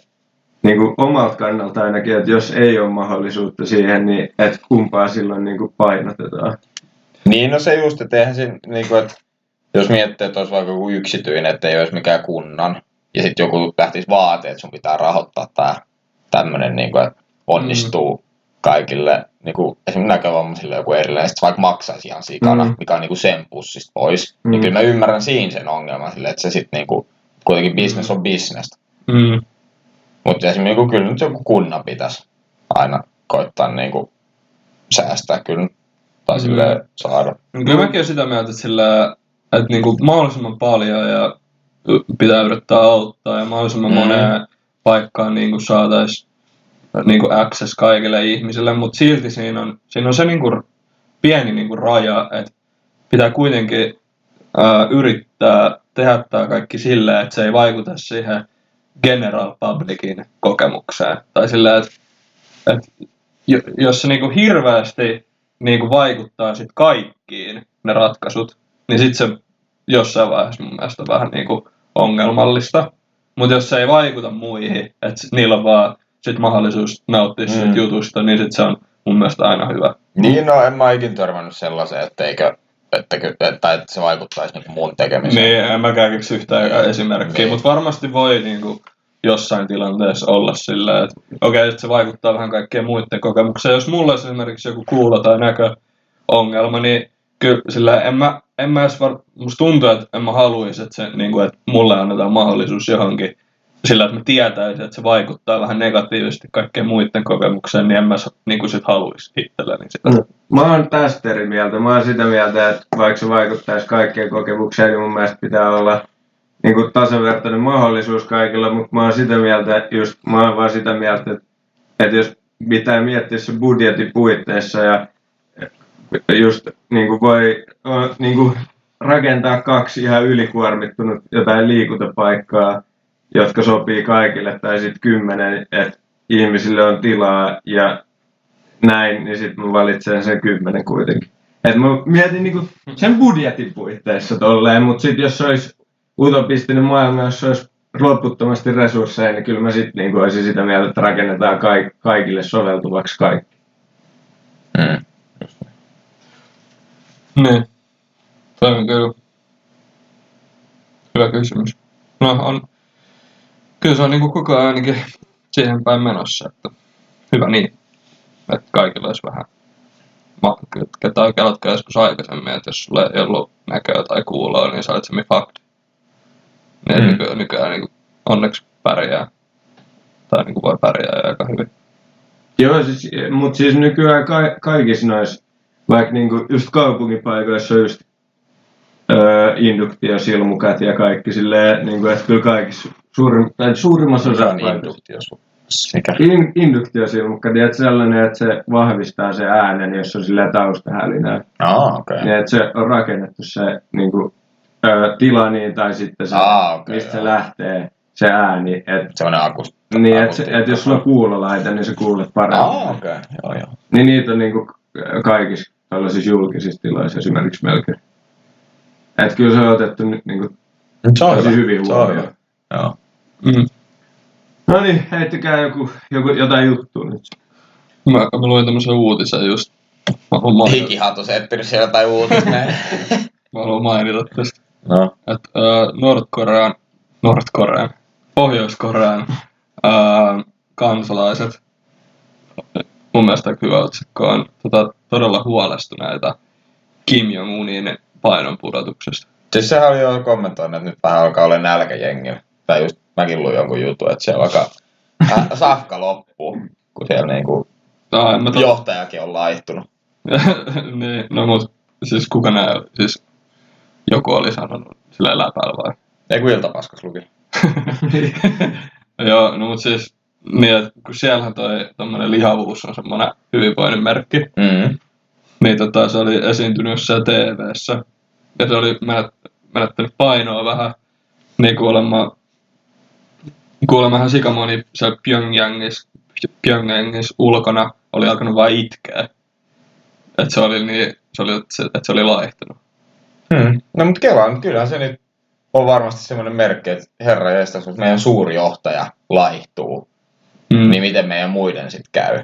niinku omalta kannalta ainakin, että jos ei ole mahdollisuutta siihen, niin et kumpaa silloin niinku painotetaan.
Niin, no se just, että eihän siinä, niin kuin, että jos miettii, että olisi vaikka joku yksityinen, että ei olisi mikään kunnan, ja sitten joku lähtisi vaate, että sun pitää rahoittaa tämä tämmöinen, niin kuin, että onnistuu mm. kaikille, niin kuin, esimerkiksi näkövammaisille joku erilainen, sitten vaikka maksaisi ihan sikana,
Mm.
mm. mikä on niin kuin sen pussista pois, mm.
Mm.
niin kyllä mä ymmärrän siinä sen ongelman, sille, että se sitten niin kuin, kuitenkin business on business.
Mm.
Mutta esimerkiksi niin kuin, kyllä nyt joku kunnan pitäisi aina koittaa niin kuin, säästää kyllä, tai
Mm.
sille saada.
Kyllä mäkin olen sitä mieltä, että, sillä, että niinku mahdollisimman paljon ja pitää yrittää auttaa ja mahdollisimman
Mm.
mm. moneen paikkaan niinku saataisiin niinku access kaikille ihmisille, mutta silti siinä on, siinä on se niinku pieni niinku raja, että pitää kuitenkin ää, yrittää tehdä tämä kaikki sillä, että se ei vaikuta siihen general publicin kokemukseen. Tai sillä, että, että jo- jos se niinku hirveästi niinku vaikuttaa sit kaikkiin ne ratkaisut, niin sitten se jossain vaiheessa mun mielestä on vähän niinku ongelmallista. Mutta jos se ei vaikuta muihin, että niillä on vaan sit mahdollisuus nauttia mm.
Mm.
siitä jutusta, niin sit se on mun mielestä aina hyvä.
Niin, no en mä ikin törmännyt sellaiseen, etteikö, että, ky- tai että se vaikuttaisi niinku mun tekemiseen.
Niin, en mäkään keksi yhtään esimerkkiä,
Niin.
mutta varmasti voi niinku jossain tilanteessa olla sillä, että okei, okay, se vaikuttaa vähän kaikkien muiden kokemukseen. Jos mulla olisi esimerkiksi joku kuulo- tai näköongelma, niin kyllä sillä en mä, en mä edes var... musta tuntuu, että en mä haluaisi, että, se, niinku, että mulle annetaan mahdollisuus johonkin sillä, että mä tietäisin, että se vaikuttaa vähän negatiivisesti kaikkien muiden kokemukseen, niin en mä niinku sit haluaisi itselleni sitä.
Mm. Mä oon tästä eri mieltä. Mä oon sitä mieltä, että vaikka se vaikuttaisi kaikkeen kokemukseen, niin mun mielestä pitää olla niin kuin tasavertainen mahdollisuus kaikilla, mutta mä oon sitä mieltä, että just, mä oon vaan sitä mieltä, että, että jos pitää miettiä se budjetin puitteissa ja just niin kuin voi on, niin kuin rakentaa kaksi ihan ylikuormittunut jotain liikuntapaikkaa, jotka sopii kaikille, tai sitten kymmenen, että ihmisille on tilaa ja näin, niin sitten mä valitsen sen kymmenen kuitenkin. Et mä mietin niinku sen budjetin puitteissa tolleen, mutta sitten jos se olisi utopistinen maailma, jos se olisi loputtomasti resursseja, niin kyllä mä sitten niinku olisin sitä mieltä, että rakennetaan kaik- kaikille soveltuvaksi kaikki.
Mm.
Niin. Toi on kyllä hyvä kysymys. No on, kyllä se on niin kuin koko ajan ainakin siihen päin menossa, että hyvä niin, että kaikilla olisi vähän ma- ketään kelatkaa joskus aikaisemmin, että jos sulla ei ollut näköä tai kuuloa, niin sä olet semmi fakti. Niin
Mm.
mm. nykyään, nykyään niin kuin onneksi pärjää, tai niin kuin voi pärjää jo aika hyvin.
Joo, siis, mutta siis nykyään ka- kaikissa noissa, vaikka niinku just kaupunkipaikoissa on just öö, induktiosilmukat ja kaikki silleen, niinku, että kyllä kaikissa suurin, tai suurimmassa
Se
osassa
on
paikoissa-
induktio sun. Mikä?
In, induktiosilmukka, tiedät sellainen, että se vahvistaa se äänen, jos on sillä taustahälinää.
Aa, okei.
Ja että se on rakennettu se niin kuin, ö, tila niin, tai sitten se,
Aa, Ah, okei,
mistä se
joo.
lähtee se ääni. Et,
Semmoinen akust.
niin, että se, et jos sulla on kuulolaite, niin se kuulet
Aa,
paremmin.
okei. Joo, joo.
Niin niitä on niin kuin, kaikissa tällaisissa julkisissa tiloissa esimerkiksi melkein. Että kyllä se on otettu nyt niin kuin,
Se on
tosi
hyvä.
hyvin
Se on
huomioon.
hyvä. Joo.
Mm.
No niin, heittäkää joku, joku, jotain juttua nyt.
Mä, mä luin tämmöisen uutisen just. Mä haluan mainita,
Hikihatus etsinyt siellä jotain uutista.
mä haluan mainita tästä.
no.
että äh, Nord-Korean, Nord-Korean, Pohjois-Korean äh, kansalaiset, mun mielestä aika hyvä otsikko on, tota, todella huolestuneita Kim Jong-unin painonpudotuksesta.
Siis sehän oli jo kommentoinut, että nyt vähän alkaa olla nälkä jengillä. Tai just mäkin luin jonkun jutun, että siellä alkaa äh, safka loppuu, kun siellä niinku
Ah, en mä tot...
johtajakin on laihtunut.
niin, no mut, siis kuka nää, siis joku oli sanonut sillä läpällä vai?
Ei kun iltapaskas luki.
Joo, no mut siis, niin, että kun siellähän toi tommonen lihavuus on semmonen hyvinvoinnin merkki,
Mm.
Niin tota, se oli esiintynyt jossain TV-ssä. Ja se oli menett- menettänyt painoa vähän. Niin kuulemma, kuulemma ihan sikamoni siellä Pyongyangissa, Pyongyangissa ulkona oli alkanut vaan itkeä. Et se oli niin, se oli, et se, et se oli laihtunut.
Mm. Hmm. No mut kelaa, nyt kyllähän se nyt on varmasti semmoinen merkki, että herra jestas, jos meidän suuri johtaja laihtuu, mm. niin miten meidän muiden sitten käy?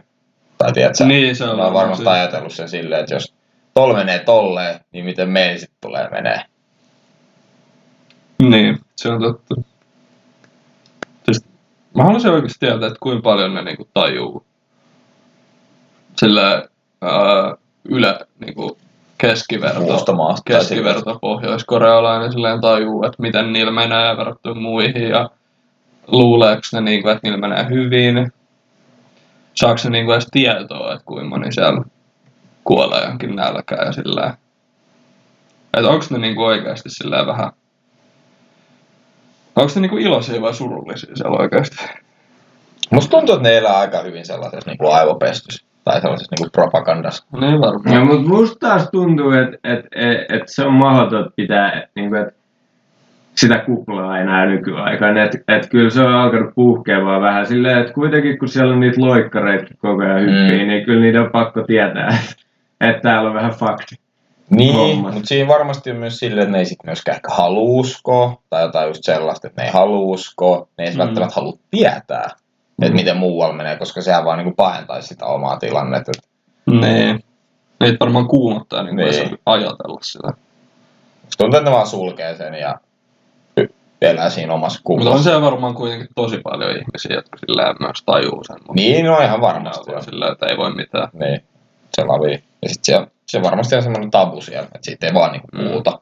Tai tiedätkö,
Niin, se on
mä oon
varmaan
varmasti
se.
ajatellut sen silleen, että jos tol menee tolleen, niin miten meidän sitten tulee menee?
Niin, se on totta. Siis, mä haluaisin oikeasti tietää, että kuinka paljon ne niinku tajuu sillä ää, ylä, niinku
Muusta
keskiverto,
maasta tai
keskiverto pohjoiskorealainen silleen tajuu, että miten niillä menee verrattuna muihin ja luuleeko ne, niinku, että niillä menee hyvin. Saako ne niinku edes tietoa, että kuinka moni siellä kuolee jonkin nälkään ja sillä Että onko ne niinku oikeasti sillä vähän Onko ne niinku iloisia vai surullisia siellä oikeasti?
Musta tuntuu, että ne elää aika hyvin sellaisessa niin kuin aivopestys tai sellaisessa niin kuin propagandassa.
Niin varmaan.
No, mutta musta taas tuntuu, että et, et, et se on mahdotonta pitää niin kuin, et sitä kuplaa enää nykyaikana. Että et kyllä se on alkanut puhkeamaan vähän silleen, että kuitenkin kun siellä on niitä loikkareita koko ajan hyppii,
Mm.
mm. niin kyllä niitä on pakko tietää, että täällä on vähän fakti.
Niin,
Hommat.
mutta siinä varmasti on myös silleen, että ne ei sit myöskään ehkä halua uskoa, tai jotain just sellaista, että ne ei halua uskoa, ne ei mm.
Mm.
välttämättä halua tietää, että miten muualla menee, koska sehän vaan niinku pahentaisi sitä omaa tilannetta. Et
Niin. Niitä varmaan kuumottaa, niin
Niin.
niin. voi ajatella sitä.
musta Tuntuu, että ne vaan sulkee sen ja y- elää siinä omassa
Mutta on
kuplassa.
siellä varmaan kuitenkin tosi paljon ihmisiä, jotka sillä myös tajuu sen. mutta
Niin, no ihan
ne
varmasti.
on
Joo.
sillä, että ei voi mitään.
Niin, se lavi. Ja sit se, se varmasti on semmoinen tabu siellä, että siitä ei vaan niinku
Mm.
puhuta.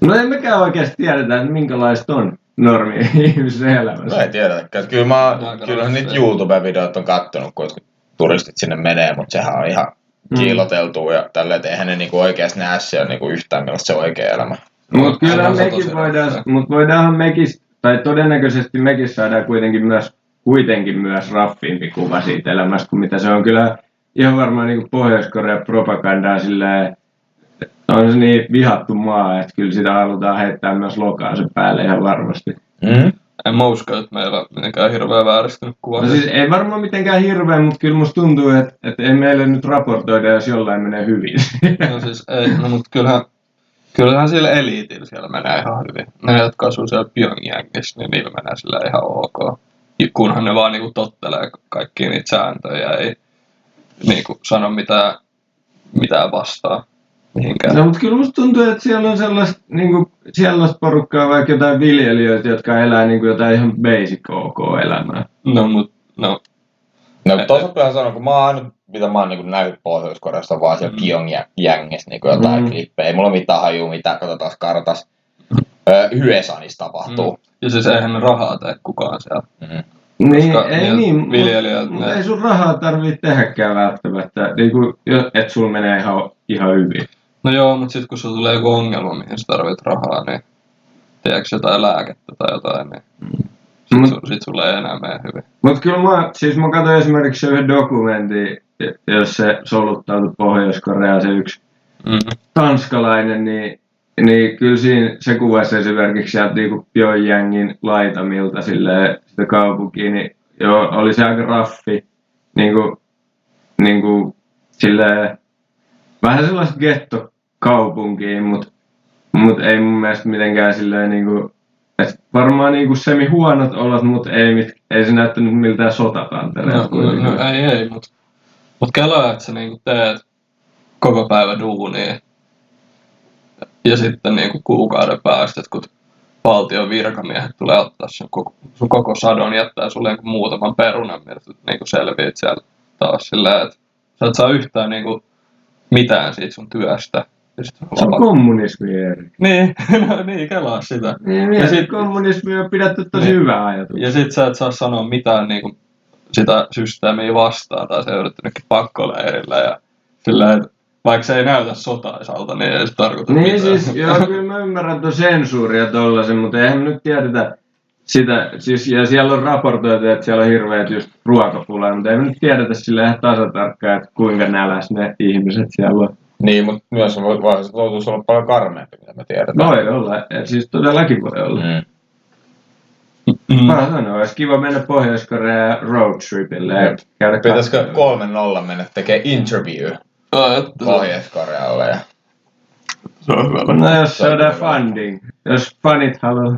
No ei mekään oikeasti tiedetä, että minkälaista on normi ihmisen
No
elämässä.
ei tiedetäkään. Kyllä mä,
Aika
kyllähän niitä
raskasta.
YouTube-videoita on kattonut, kun jotkut turistit sinne menee, mutta sehän on ihan
Mm.
kiiloteltu ja tällä että eihän ne niinku oikeasti näe siellä niinku yhtään, millaista se oikea elämä.
Mutta kyllä
Aivan
mekin
sata
voidaan,
selvä.
mut voidaanhan mekin, tai todennäköisesti mekin saadaan kuitenkin myös, kuitenkin myös raffiimpi kuva siitä elämästä kuin mitä se on. Kyllä ihan varmaan niin Pohjois-Korean propagandaa sillä on se niin vihattu maa, että kyllä sitä halutaan heittää myös lokaa sen päälle ihan varmasti.
Mm?
En mä usko, että meillä on mitenkään hirveän vääristynyt kuva.
No siis ei varmaan mitenkään hirveä, mutta kyllä musta tuntuu, että, että ei meille nyt raportoida, jos jollain menee hyvin.
No siis ei, no mutta kyllähän, kyllähän sillä eliitillä siellä menee ihan hyvin. Ne, jotka asuu siellä Pyongyangissä, niin niillä menee sillä ihan ok. Ja Kunhan ne vaan niinku tottelee kaikkia niitä sääntöjä ja ei niinku sano mitään, mitään vastaan mihinkään.
No, mutta kyllä musta tuntuu, että siellä on sellaista, niin kuin, sellaista porukkaa, vaikka jotain viljelijöitä, jotka elää niin kuin, jotain ihan basic ok elämää.
No, mut, no,
Mm.
No kun toisaalta pitää sanoa, kun mä oon ainut, mitä mä oon niinku nähnyt Pohjois-Koreasta, vaan siellä
Mm.
Pyongyangissa niinku jotain
Mm.
klippejä. Ei mulla ole mitään hajua, mitä katsotaan kartas. Öö, Hyesanissa tapahtuu.
ja siis eihän ne rahaa tee kukaan siellä.
Mm.
Niin,
Koska
ei
niillä
niin, mut-
viljelijöillä-
mut ei sun rahaa tarvitse tehdäkään välttämättä, niin kuin, että sulla menee ihan, ihan hyvin.
No joo, mutta sitten kun sulla tulee joku ongelma, mihin sä tarvit rahaa, niin tiedätkö jotain lääkettä tai jotain, niin
Mm. Mut-
sit, su, sit sulla ei enää mene hyvin.
Mutta kyllä mä, siis mä katsoin esimerkiksi yhden dokumentin, jos se soluttautui Pohjois-Koreaan se yksi
Mm.
tanskalainen, niin, niin kyllä siinä se kuvasi esimerkiksi sieltä niin Pyongyangin laitamilta silleen, sitä kaupunkia, niin joo, oli se aika raffi, niin kuin, niin kuin, silleen, vähän sellaista gettokaupunkia, mutta mut ei mun mielestä mitenkään silleen niin kuin, et varmaan niinku semi huonot olot, mutta ei, mit, ei se näyttänyt miltään sotatantereelta.
No, no, no ei, ei, mutta mut kelaa, että sä niinku teet koko päivä duunia ja sitten niinku kuukauden päästä, että kun valtion virkamiehet tulee ottaa sun koko, sun koko sadon, jättää sulle niinku muutaman perunan, millä sä niinku selviät siellä taas sillä, että sä et saa yhtään niinku mitään siitä sun työstä. Ja sit
se on kommunismi, Erik.
niin, no niin, kelaa sitä.
Niin,
Ja
ja
sit-
sit, kommunismi on pidetty tosi
Niin.
hyvä ajatus.
Ja sit sä et saa sanoa mitään niin kuin, sitä systeemiä vastaan, tai se on yrittänytkin pakkoleirillä. Ja sillä, että vaikka se ei näytä sotaisalta, niin ei se tarkoita
Niin
mitään.
siis, joo, kyllä mä ymmärrän tuon sensuuria tollasen, mutta eihän me nyt tiedetä sitä, siis, ja siellä on raportoitu, että siellä on hirveät just ruokapulaa, mutta ei me nyt tiedetä sille ihan tasatarkkaan, että kuinka näläs ne ihmiset siellä on.
Niin, mutta myös voi, voi, voi olla paljon karmeampi, mitä me tiedetään.
Voi olla, et siis todellakin voi olla. Mm.
Mm.
Mm.
Mä sanoin, olisi kiva mennä Pohjois-Koreaan road tripille ja
Jep.
käydä
Pitäisikö
katsomassa.
3-0 mennä tekemään interview
Ai, että se-
Pohjois-Korealle ja Se on hyvä.
No jos se on
Tää-
tää funding. Jos fanit haluu,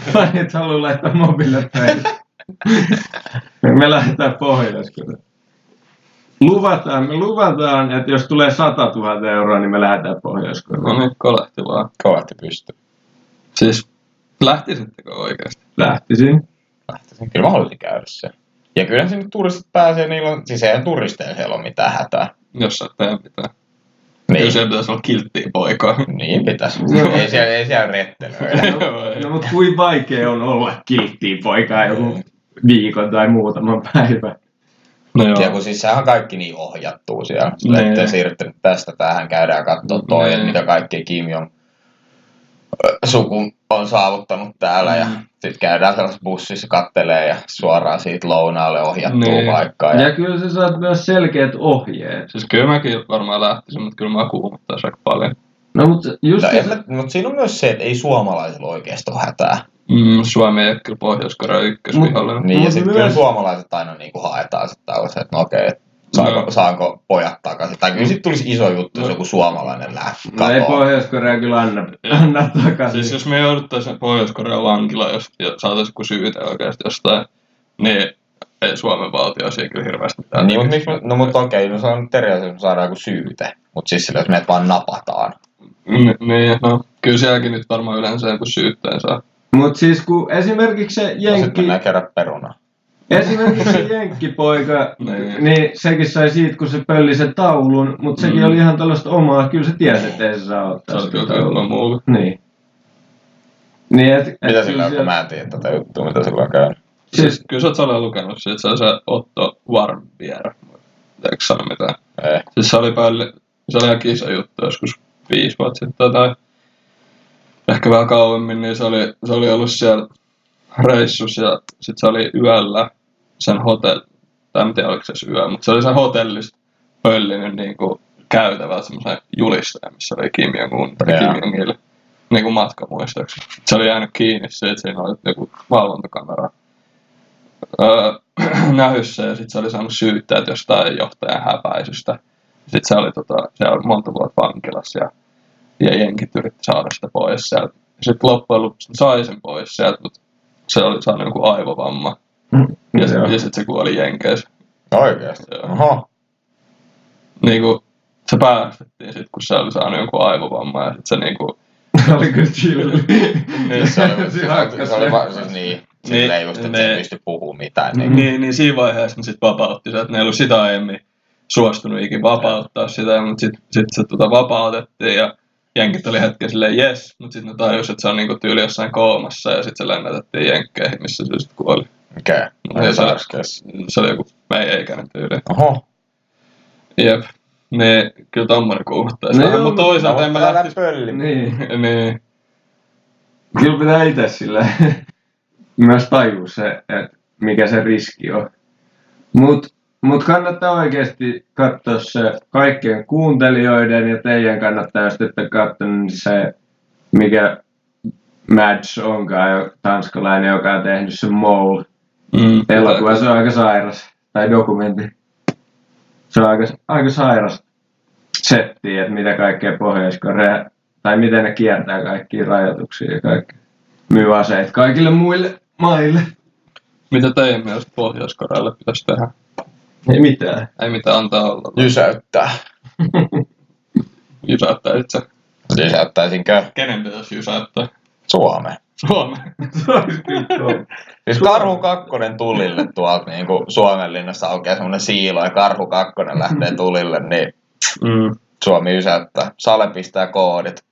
fanit haluu laittaa mobiille päin. niin me lähdetään pohjois kyllä. Luvataan, me luvataan, että jos tulee 100 000 euroa, niin me lähdetään pohjois
No niin, kolehti vaan.
Kovasti pystyy.
Siis lähtisittekö oikeasti?
Lähtisin.
Lähtisin. Kyllä mä haluaisin käydä sen. Ja kyllä sinne turistit pääsee, niillä on, siis eihän turisteilla siellä ole mitään hätää.
Jos sä tehdä mitään. Niin.
Niin,
Jos ei pitäisi olla kilttiä poikaa.
niin pitäisi.
No.
ei siellä, ei siellä rettelöidä.
No mutta kuin vaikea on olla kilttiä poikaa joku viikon tai muutaman päivän.
no
Ja
joo.
kun siis sehän on kaikki niin ohjattuu siellä. Sillä
Niin.
ettei siirrytty nyt tästä tähän, käydään katsoa toi,
Niin.
että mitä kaikkea Kim Jong ö, suku on saavuttanut täällä. Ja
Mm.
sitten käydään sellaisessa bussissa, kattelee ja suoraan siitä lounaalle ohjattuu
Niin.
paikkaan. Ja,
Ja kyllä sä saat myös selkeät ohjeet.
Siis kyllä mäkin varmaan lähtisin, mutta kyllä mä kuumuttais aika paljon.
No mutta just...
mutta, en mä, mutta siinä on myös se, että ei suomalaisilla oikeasti ole hätää.
Mm, Suomi ei ole kyllä Pohjois-Korea ykkösvihollinen.
Niin, ja
Mut
sitten kyllä
myös-
suomalaiset aina niin kuin haetaan sitä tällaista, että no okei, että saanko,
No.
saanko pojat takaisin. Tai kyllä sitten tulisi iso juttu, jos
No.
joku suomalainen lähtee
No ei
katoaa.
Pohjois-Korea kyllä anna, anna takaisin.
Siis jos me jouduttaisiin Pohjois-Korean vankilaan, jos ja saataisiin joku syyte oikeasti jostain, niin ei Suomen valtio siihen kyllä hirveästi mitään.
Niin, mutta
tekisi.
miksi, me- no mutta okei, no se on nyt eri asia, jos me saadaan joku syyte. Mutta siis sillä, jos meidät vaan napataan.
Ni- niin, no, kyllä sielläkin nyt varmaan yleensä joku syytteen saa.
Mut siis kun esimerkiksi se
Ja
jenkki,
sitten mennään kerran peruna.
esimerkiksi se jenkkipoika,
Niin.
niin sekin sai siitä, kun se pölli sen taulun, mutta sekin
Mm.
oli ihan tällaista omaa, kyllä se tiesi, että ei se saa
Se
ottaa
on
sitä
kyllä
taulua.
kyllä muuta.
Niin. Niin, et, et
Mitä
kyllä
sillä on, kun
siellä-
mä en tiedä tätä juttua, mitä sillä on käynyt.
Siis,
Siis-
kyllä sä oot salaa lukenut siitä, se on se Otto Warmbier. Eikö sano mitään?
Ei.
Siis se oli, päälle, se oli ihan iso juttu joskus viisi vuotta sitten tai ehkä vähän kauemmin, niin se oli, se oli ollut siellä reissus ja sitten se oli yöllä sen hotelli, tai en tiedä oliko se se yö, mutta se oli sen hotellista pöllinyt niin kuin käytävällä semmoisen julisteen, missä oli Kim Jong-un tai
Joo.
Kim Jong-il niin kuin matkamuistoksi. Se oli jäänyt kiinni se, että siinä oli joku valvontakamera öö, nähyssä ja sitten se oli saanut syytteet jostain johtajan häpäisystä. Sitten se oli tota, siellä monta vuotta vankilassa ja, ja jenkit yritti saada sitä pois sieltä. Sitten loppujen lopuksi ne sai sen pois sieltä, mutta se oli saanut joku aivovamma. Ja
Joo.
sitten ja sit se kuoli jenkeissä.
Oikeasti.
Joo.
Oho.
Niin kuin, se päästettiin sitten, kun se oli saanut jonkun aivovamman ja sitten se niin kuin,
oli kyllä chill.
Niin,
Siis Se oli,
Se
se oli,
hakkas
se oli
sen.
va- siis niin.
Niin,
Sillä ei just, että se
niin.
ei pysty puhumaan mitään. Niin.
niin, niin siinä vaiheessa ne sitten vapautti sen, että ne ei ollut sitä aiemmin suostunut ikin vapauttaa sitä, mutta sitten sit se tota vapautettiin ja jenkit oli hetken silleen jes, mutta sitten ne tajus, että se on niinku tyyli jossain koomassa ja sitten se lennätettiin jenkkeihin, missä se sitten kuoli.
Okei.
Niin,
Oli
se-
sairaskeessa.
Se oli joku meidän ikäinen tyyli.
Oho.
Jep. Ne kyllä tommonen kuuhuttaa
No
sitä.
joo,
mutta toisaalta en mä
Älä
lähtisi.
pölli.
niin.
Niin.
Kyllä pitää itse sillä myös tajua se, että mikä se riski on. Mutta mut kannattaa oikeasti katsoa se kaikkien kuuntelijoiden ja teidän kannattaa, jos te ette katsonut, niin se, mikä Mads onkaan, jo- tanskalainen, joka on tehnyt sen Mole.
Mm,
Elokuva, se on aika sairas. Tai dokumentti. Se on aika, aika sairas setti, että mitä kaikkea pohjois tai miten ne kiertää kaikkia rajoituksia ja kaikki. Myy aseet kaikille muille maille.
Mitä teidän mielestä Pohjois-Korealle pitäisi tehdä?
Ei mitään.
Ei mitään antaa olla.
Jysäyttää.
Jysäyttää itse.
Jysäyttäisinkö
Kenen pitäisi jysäyttää?
Suomeen?
Suomen.
Se olisi kyllä
Siis Karhu kakkonen tulille tuolta niin kuin Suomen linnassa aukeaa semmoinen siilo ja Karhu kakkonen lähtee tulille, niin
Mm.
Suomi ysäyttää. Sale pistää koodit,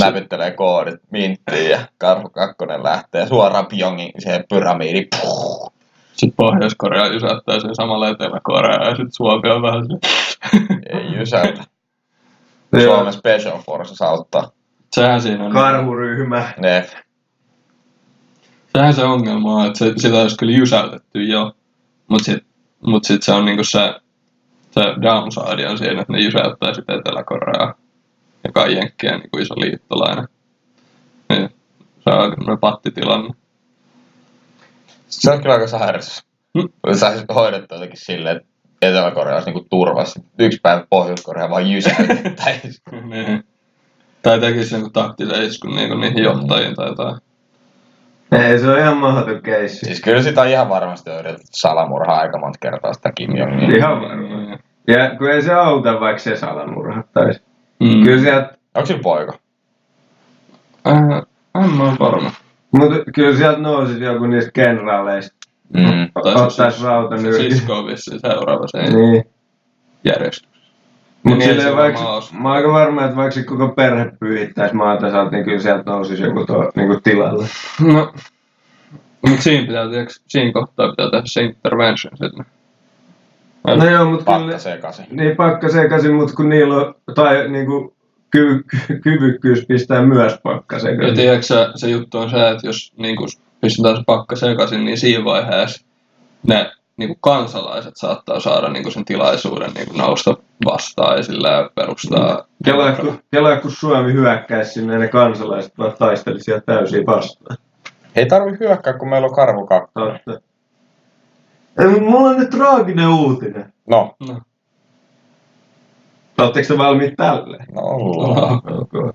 näpyttelee koodit minttiin ja Karhu kakkonen lähtee suoraan Pyongin siihen pyramidiin. Puh.
Sitten Pohjois-Korea jysäyttää sen samalla Etelä-Korea ja sitten Suomi on vähän se.
Ei jysäytä. Suomen
Joo.
Special Forces auttaa. Niin,
Sehän siinä on.
Karhuryhmä.
Ne.
Sehän se ongelma on, että se, sitä olisi kyllä jysäytetty jo, mutta sitten mut sit se on niinku se, se downside on siinä, että ne jysäyttää sitten Etelä-Koreaa, joka on Jenkkien niinku iso liittolainen. Niin, se on aika semmoinen pattitilanne.
Se on kyllä aika sairas.
Mm.
Saisi hoidettua jotenkin silleen, että
Hmm.
Etelä-Korea olisi niinku turvassa. Yksi päivä Pohjois-Korea vaan jysäytettäisiin.
niin. Tai tekisi niinku taktisen iskun niinku niihin johtajiin tai jotain.
Ei, se on ihan mahdoton keissi.
Siis kyllä sitä on ihan varmasti on yritetty salamurhaa aika monta kertaa sitä Kim Jongia.
Ihan varmaan. Ja kun ei se auta, vaikka se salamurhattaisi.
Mm.
Kyllä sieltä
Onko sillä poika?
Äh, en ole varma.
Mut kyllä sieltä nousi joku niistä kenraaleista.
Mm.
Tai se
Ottais
sis-
rautan
Se
yli.
sisko on vissiin seuraava se
Niin.
järjestys.
Mut
Niin, ei
silleen
se
vaikka,
varmaan osu.
mä oon aika varma, että vaikka se koko perhe pyhittäisi maatasalta, niin kyllä sieltä nousisi joku tuo niinku tilalle.
No, mutta siinä pitää, tiiäks, siinä kohtaa pitää tehdä se intervention sinne.
No joo, mut kyllä...
Pakka sekaisin.
Niin pakka sekaisin, mut kun niillä on, tai niinku ky- ky- kyvykkyys pistää myös pakka
Ja
sekaisin.
tiedätkö, sä, se juttu on se, että jos niin kun pistetään se pakka sekaisin, niin siinä vaiheessa ne niin kun kansalaiset saattaa saada niin kun sen tilaisuuden niin kun nousta vastaan ja sillä perustaa...
Kelaa kun, kelaa, kun Suomi hyökkäisi sinne ja ne kansalaiset vaan taisteli siellä täysin vastaan.
Ei tarvi hyökkää, kun meillä on karvu kakkonen.
Totta. Ei, mut Mulla on nyt traaginen uutinen.
No,
No,
Oletteko te valmiit tälle?
no ollaan.
Okay.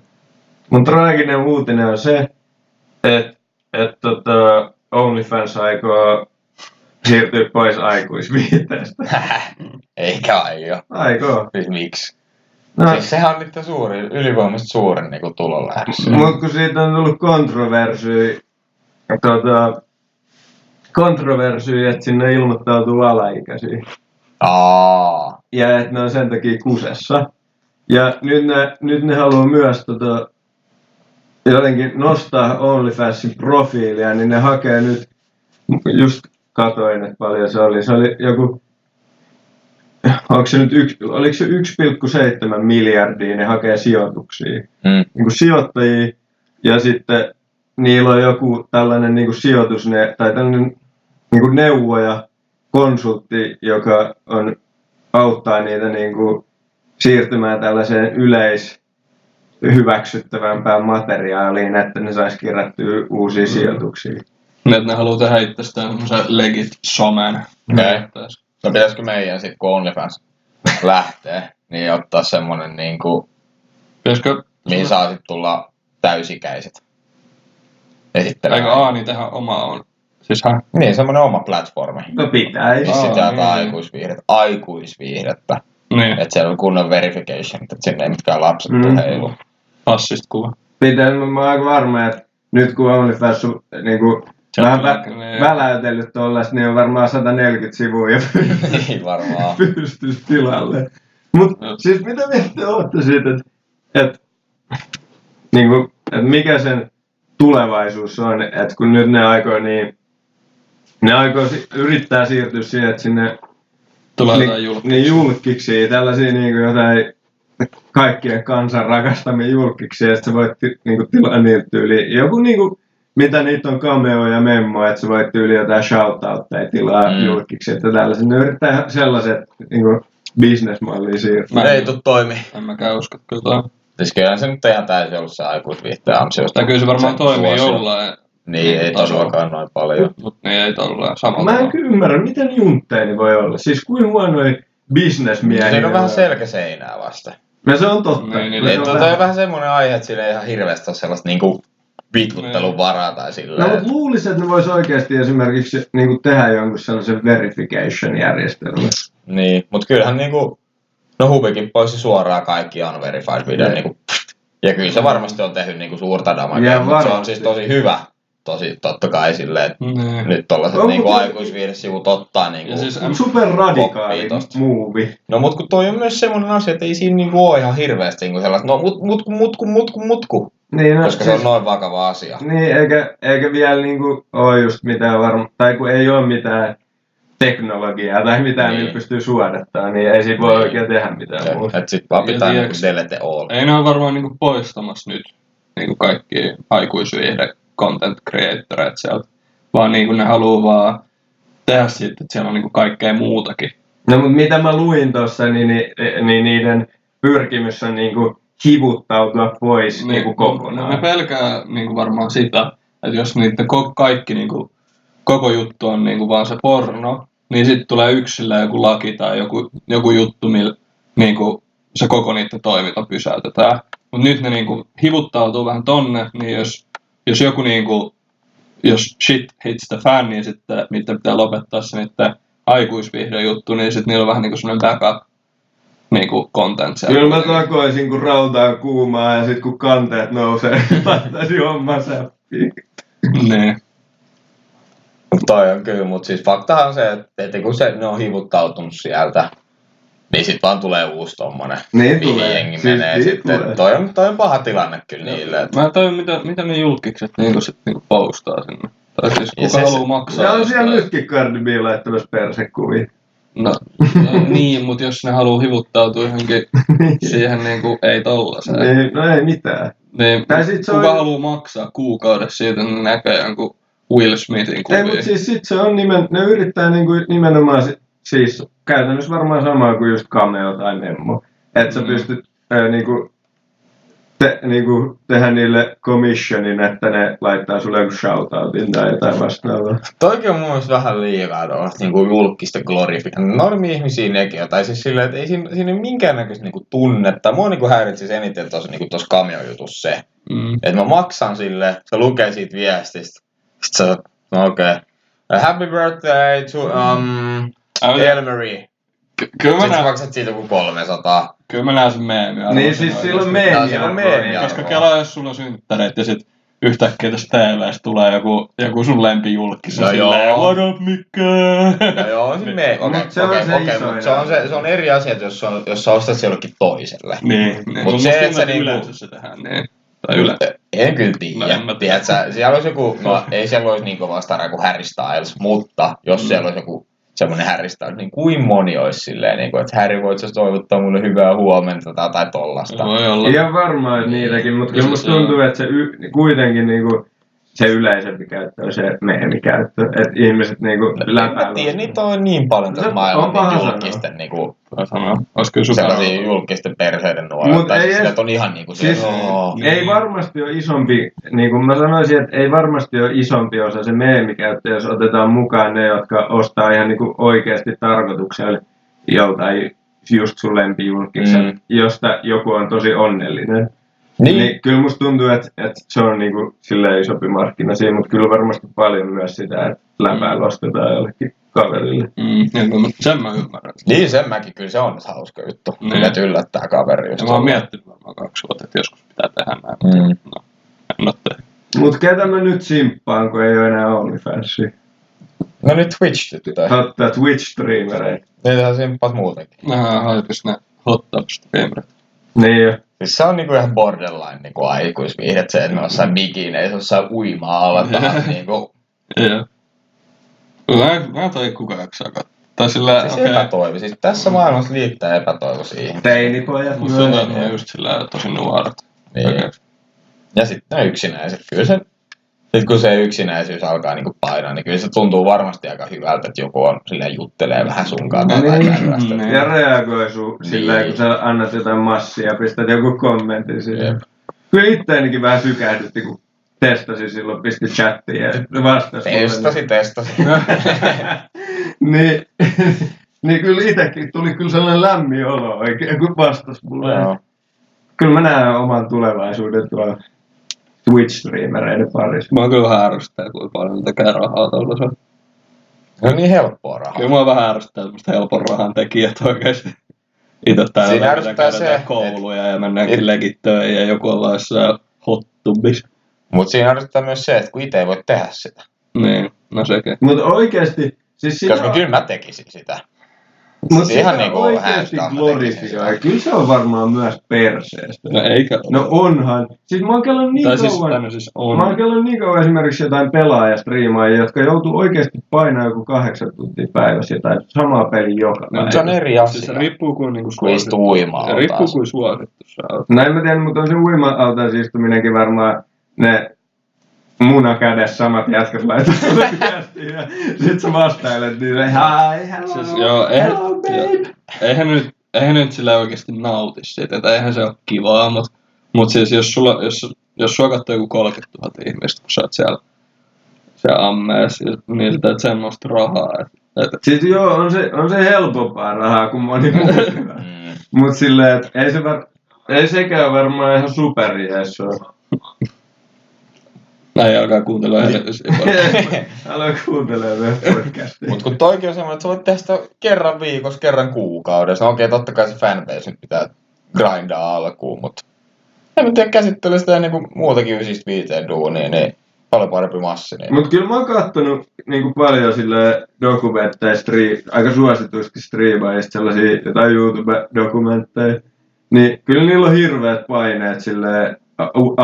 Mun traaginen uutinen on se, että et, tota, OnlyFans aikoo siirtyä pois aikuisviiteestä.
Eikä aio.
Aikoo.
Siis miksi?
No,
Siis sehän on nyt suuri, ylivoimaisesti suurin niinku tulolähde.
Mutta kun siitä on tullut kontroversyi, tota, kontroversyi, että sinne ilmoittautuu alaikäisiä.
Aa.
Ja että ne on sen takia kusessa. Ja nyt ne, nyt ne haluaa myös tota, jotenkin nostaa OnlyFansin profiilia, niin ne hakee nyt, just katoin, että paljon se oli. Se oli joku, onko se nyt yksi, oliko se 1,7 miljardia ne hakee sijoituksia
Mm.
niin kuin sijoittajia ja sitten niillä on joku tällainen niin kuin sijoitus ne, tai tällainen niin kuin neuvoja, konsultti, joka on, auttaa niitä niin kuin siirtymään tällaiseen yleis hyväksyttävämpään materiaaliin, että ne saisi kerättyä uusia sijoituksia.
niin, että ne haluaa tehdä itsestään semmoisen legit somen. Niin.
Okei. No pitäisikö meidän sit, kun OnlyFans lähtee, niin ottaa semmonen niinku,
Pitäisikö
Mm.
mihin saa sit tulla täysikäiset
eikä
esittelemään.
Aani tehdä oma on? Siis hän?
Niin, semmonen oma platformi.
No pitäisi.
Siis
Aa,
sitä jotain
niin.
aikuisviihdettä. Aikuisviihdettä.
Niin,
Että siellä on kunnon verification, että sinne ei mitkään lapset
Mm.
mm. heilu.
passista kuva.
Pitäisi, mä oon aika varma, että nyt kun OnlyFans on niin kuin,
Se on
vähän
kyllä,
vä-
niin.
väläytellyt tuollaista, niin on varmaan 140 sivua ja
Niin varmaan.
pyystys tilalle. Mut
Joo.
siis mitä mieltä olette siitä, että et, niinku, et mikä sen tulevaisuus on, että kun nyt ne aikoo niin, ne aikoo si- yrittää siirtyä siihen, että sinne
Tulee
ni,
jotain julkista.
niin julkiksi, tällaisia niinku jotain kaikkien kansan rakastamia julkiksi, ja sit sä voit ti, niinku, tilaa niiltä tyyliin. Joku niinku, mitä niitä on cameo ja memmo, että sä voit tyyli jotain shoutoutteja tilaa mm.
Mm.
julkiksi, että tällaisen. Ne yrittää sellaiset niinku, bisnesmalliin siirtyä.
Mä
Ei
en,
tuu toimi.
en mäkään usko kyllä toi.
Siis kyllähän se nyt ihan täysin ollut se aikuisviihteen ansiosta.
Tai kyllä se varmaan
Se
toimii
suosio.
jollain,
Niin, ei todellakaan noin paljon.
mutta niin ei tolleen samalla
Mä en
tavalla.
kyllä ymmärrä, miten juntteeni voi olla. Siis kuin huonoja bisnesmiehiä.
Se on
ne
vähän selkä seinää vasta.
No se on totta.
Niin, niin,
No se
Ei,
on
tuo
vähän-
on vähän semmoinen aihe, että sillä ei ihan hirveästi ole sellaista niinku vitkuttelun varaa tai
No,
silleen.
mutta luulisin, että ne vois oikeasti esimerkiksi niin kuin tehdä jonkun sellaisen verification-järjestelmän.
Niin, mutta kyllähän niinku, no Hubikin poisti suoraan kaikki unverified video,
Jep.
niinku, ja kyllä se varmasti on tehnyt niinku suurta
Ja
damagea, mutta se on
varmasti.
siis tosi hyvä, tosi totta kai silleen, että
Niin.
nyt tollaset
No,
niinku
mut-
aikuisviidesivut ottaa niinku.
Ja siis,
Mut Superradikaali
Oppii tosta.
muuvi.
No mut kun toi on myös semmoinen asia, että ei siinä niinku oo ihan hirveästi niinku sellaista, no mut, mutku, mutku, mutku, mutku,
Niin, no,
koska se on no- noin vakava asia.
niin eikä, eikä vielä niin kuin, ole just mitään varma, tai kun ei ole mitään teknologiaa tai mitään, niin.
Niin.
millä pystyy suodattaa, niin ei siinä voi
Niin.
oikein tehdä mitään
Et-
muuta.
Et sit vaan
Ja
pitää niinku
tiiäks-
delete all.
ei ne ole varmaan niinku poistamassa nyt niinku kaikki aikuisviihde content creatorit sieltä, vaan niinku ne haluaa vaan tehdä siitä, että siellä on niinku kaikkea muutakin.
No mutta mitä mä luin tuossa, niin, niin, niin, niiden pyrkimys on niin kuin, hivuttautua pois niin, kuin
Ne
kokonaan.
pelkää No, niinku varmaan sitä, että jos niiden ko- kaikki niinku, koko juttu on niinku vaan se porno, niin sitten tulee yksillä joku laki tai joku, joku juttu, millä niinku, se koko niiden toiminta pysäytetään. mutta nyt ne niinku hivuttautuu vähän tonne, niin jos, jos joku niinku, jos shit hits the fan, niin sitten niiden pitää lopettaa se niiden aikuisvihdoin juttu, niin sitten niillä on vähän niinku semmoinen backup niinku content siellä.
Kyllä mä takoisin, kun rauta on kuumaa ja sit kun kanteet nousee, laittaisin homma säppiin.
Niin.
Toi on kyllä, mutta siis faktahan on se, että, että kun se, ne on hivuttautunut sieltä, niin sit vaan tulee uusi tommonen,
Niin
mihin
tulee.
jengi
Siis
menee
niin
sitten.
tulee.
Toi on, toi on paha tilanne kyllä niille. että-
Mä en tajua, mitä, mitä ne julkikset niinku sit niinku postaa sinne. Tai siis
Ja
kuka
se-
haluaa maksaa.
Se on
jostain.
siellä nytkin Cardi B laittamassa persekuvia.
No, niin, mutta jos ne haluaa hivuttautua johonkin siihen, niin kuin, ei tollaseen. Niin,
Ei, no ei mitään.
niin
Tai sit se
kuka
on-
haluaa maksaa kuukaudessa siitä, niin näkee jonkun Will Smithin
Ei,
kuvia.
mutta siis sit se on nimen, ne yrittää niinku nimenomaan, si- siis käytännössä varmaan samaa kuin just cameo tai memmo. Että sä
Mm.
pystyt ää, niinku, te, niinku, tehdä niille commissionin, että ne laittaa sulle joku shoutoutin tai jotain vastaavaa.
Toikin on mun mielestä vähän liikaa tuollaista niinku julkista glorifiointia. Normi-ihmisiä nekin on. Tai siis silleen, että ei siinä, siinä ei ole minkäännäköistä niinku tunnetta. Mua niinku häiritsisi eniten tuossa niinku tos cameo-jutussa se,
Mm.
että mä maksan sille, se lukee siitä viestistä. Sitten sä, no okei. Okay. Happy birthday to
Mm.
um,
Ai,
Elmery.
ky- kyllä,
Sitten
mä
sä
näen,
maksat siitä joku 300.
kyllä mä näen sen meemiä.
Siis Niin siis silloin
Tää on se
meemiä.
on meemiä.
Koska Kela, jos sulla on synttäreet ja sit yhtäkkiä tässä TVs tulee joku, joku sun lempijulkis.
No
No joo.
joo.
What up, Mikke?
No joo, se me. Okei,
Mut se on
okei,
se
okei,
isoin
mut se on se, se on eri asia, että jos, se on, jos sä ostat se jollekin toiselle.
Niin, niin.
Mut
Mut
se,
se,
et sä
että
niinku-
yleensä se tehdään, niin. Tai yleensä.
En kyllä
No,
tiedä.
en mä tiedä.
Tiedät sä, siellä olisi joku, no ei siellä olisi niin kovaa staraa kuin Harry Styles, mutta jos mm. siellä olisi joku semmoinen Harry Styles, niin kuin moni olisi silleen, niin kuin, että Harry voit sä toivottaa mulle hyvää huomenta tai, tai tollasta.
Voi olla.
Ihan varmaan että
Niin.
niitäkin, mutta kyllä
Kyllä
musta
se on.
tuntuu, että se y, kuitenkin niinku, se yleisempi käyttö on se meemikäyttö. Että ihmiset niinku
En mä
läpäällä.
tiedä, niitä on niin paljon
No,
tässä
on paha
maailmassa niitä
sanoa.
julkisten, niin kuin,
Mä sanon, olisi kyllä super.
sellaisia julkisten perheiden nuoria.
Mut
tai
ei
siis
edes-
sieltä on ihan niin kuin
Siis-
siis, joo.
Ei varmasti ole isompi, niin kuin mä sanoisin, että ei varmasti ole isompi osa se meemikäyttö, jos otetaan mukaan ne, jotka ostaa ihan niin kuin oikeasti tarkoituksella joltain just sun lempijulkiksen,
Mm.
mm. josta joku on tosi onnellinen.
Niin,
Niin. niin kyllä musta tuntuu, että, että se on niin kuin silleen isompi markkina siinä, mutta kyllä varmasti paljon myös sitä, että läpäällä ostetaan jollekin kaverille.
Mm, niin, no, mut sen mä ymmärrän.
niin sen mäkin, kyllä se on nyt hauska juttu.
Niin.
Kyllä, että yllättää kaveri just.
Ja mä oon miettinyt varmaan kaksi vuotta, että joskus pitää tehdä näin.
Mm.
Mm. No, en ole tehnyt.
Mutta ketä mä nyt simppaan, kun ei ole enää OnlyFansia?
No nyt Twitch-tyttöjä.
Totta, Twitch-streamereitä.
Niitähän simppas muutenkin.
Nähän haipis ne hot tub streamerit.
Niin jo.
Siis se on niinku ihan borderline niinku aikuisviihdet se, että me jossain bikineissä, jossain uima-alla taas niinku.
Joo. Mä, en- mä en tajua kuka jaksaa katsoa. Tai sillä,
Siis
okei. Okay.
epätoivi. Siis tässä maailmassa liittää epätoivoisia ihmisiä.
Teinipojat
Mutta se on
myös.
tainnut just sillä tosi nuoret.
Niin.
Okei.
Ja sitten ne yksinäiset. Kyllä se, sit kun se yksinäisyys alkaa niinku painaa, niin kyllä se tuntuu varmasti aika hyvältä, että joku on silleen juttelee vähän sunkaan tai jotain
Niin.
tällaista.
Niin.
Ja reagoi sun sillä
Niin.
niin. kun sä annat jotain massia ja pistät joku kommentin siihen.
Jep.
Jep. Kyllä itteenikin vähän sykähdytti, kun testasin silloin, pisti chattiin ja vastasi
Testasi, testasi.
niin, niin kyllä itsekin tuli kyllä sellainen lämmin olo oikein, kun vastasi mulle.
Joo.
Kyllä mä näen oman tulevaisuuden tuolla Twitch-streamereiden parissa.
Mä oon kyllä vähän ärsyttää, kuinka paljon ne tekee rahaa tollasella.
No niin helppoa rahaa.
Kyllä mua vähän ärsyttää semmoista helpon rahan tekijät oikeesti. Itse täällä
Siinä
pitää
ärsyttää
käydä
se,
jotain
et-
kouluja ja mennään
et-
killekin töihin ja joku on vaan jossain hot tubissa.
Mutta siinä ärsyttää myös se, että kun itse ei voi tehdä sitä.
Niin, no sekin.
Mutta oikeasti, siis sitä,
Koska kyllä mä tekisin sitä.
mut
se ihan
sitä
niinku
oikeasti
häystää, mä
glorifioi.
tekisin
Kyllä se on varmaan myös perseestä.
No eikä ole.
No onhan. Siis mä oon kello niin
tai siis,
kauan.
tai no siis on.
Mä oon kello niin kauan esimerkiksi jotain pelaajastriimaajia, jotka joutuu oikeasti painaa joku kahdeksan tuntia päivässä jotain samaa peliä joka
No,
päivä.
Se on eri asia.
Siis se riippuu kuin niinku
Kun
suosittu.
istuu uimaa
Riippuu kuin suosittu sä oot.
Näin No mä tiedän, mutta on se uima-altaisi istuminenkin varmaan ne muna kädessä samat jätkät laittaa sulle viestiä. ja Sit sä vastailet niille, hi, hello,
Siis joo, eihän-
hello
joo.
babe.
Eihän nyt, eihän nyt sillä oikeasti nauti siitä, että eihän se ole kivaa, mutta mut siis jos, sulla, jos, jos sua katsoo joku 30 000 ihmistä, kun sä oot siellä, siellä ammees, niin sä teet semmoista rahaa, että et,
Siis joo, niin on se, on se helpompaa rahaa kuin moni muu.
Mm.
Mut silleen, että ei se var... ei sekään varmaan ihan superjees ole.
Näin alkaa kuuntella edelleen.
Älä kuuntele meidän podcastia.
Mutta kun toikin on semmoinen, että sä voit tehdä sitä kerran viikossa, kerran kuukaudessa. No okei, okay, totta kai se fanbase nyt pitää grindaa alkuun, mutta en mä tiedä käsittele sitä niinku muutakin ysistä viiteen duunia, niin paljon parempi massi. Niin.
Mut kyllä mä oon kattonut niinku paljon sille dokumentteja, stri- aika suosituisti striimaajista sellaisia jotain YouTube-dokumentteja. Niin kyllä niillä on hirveät paineet sille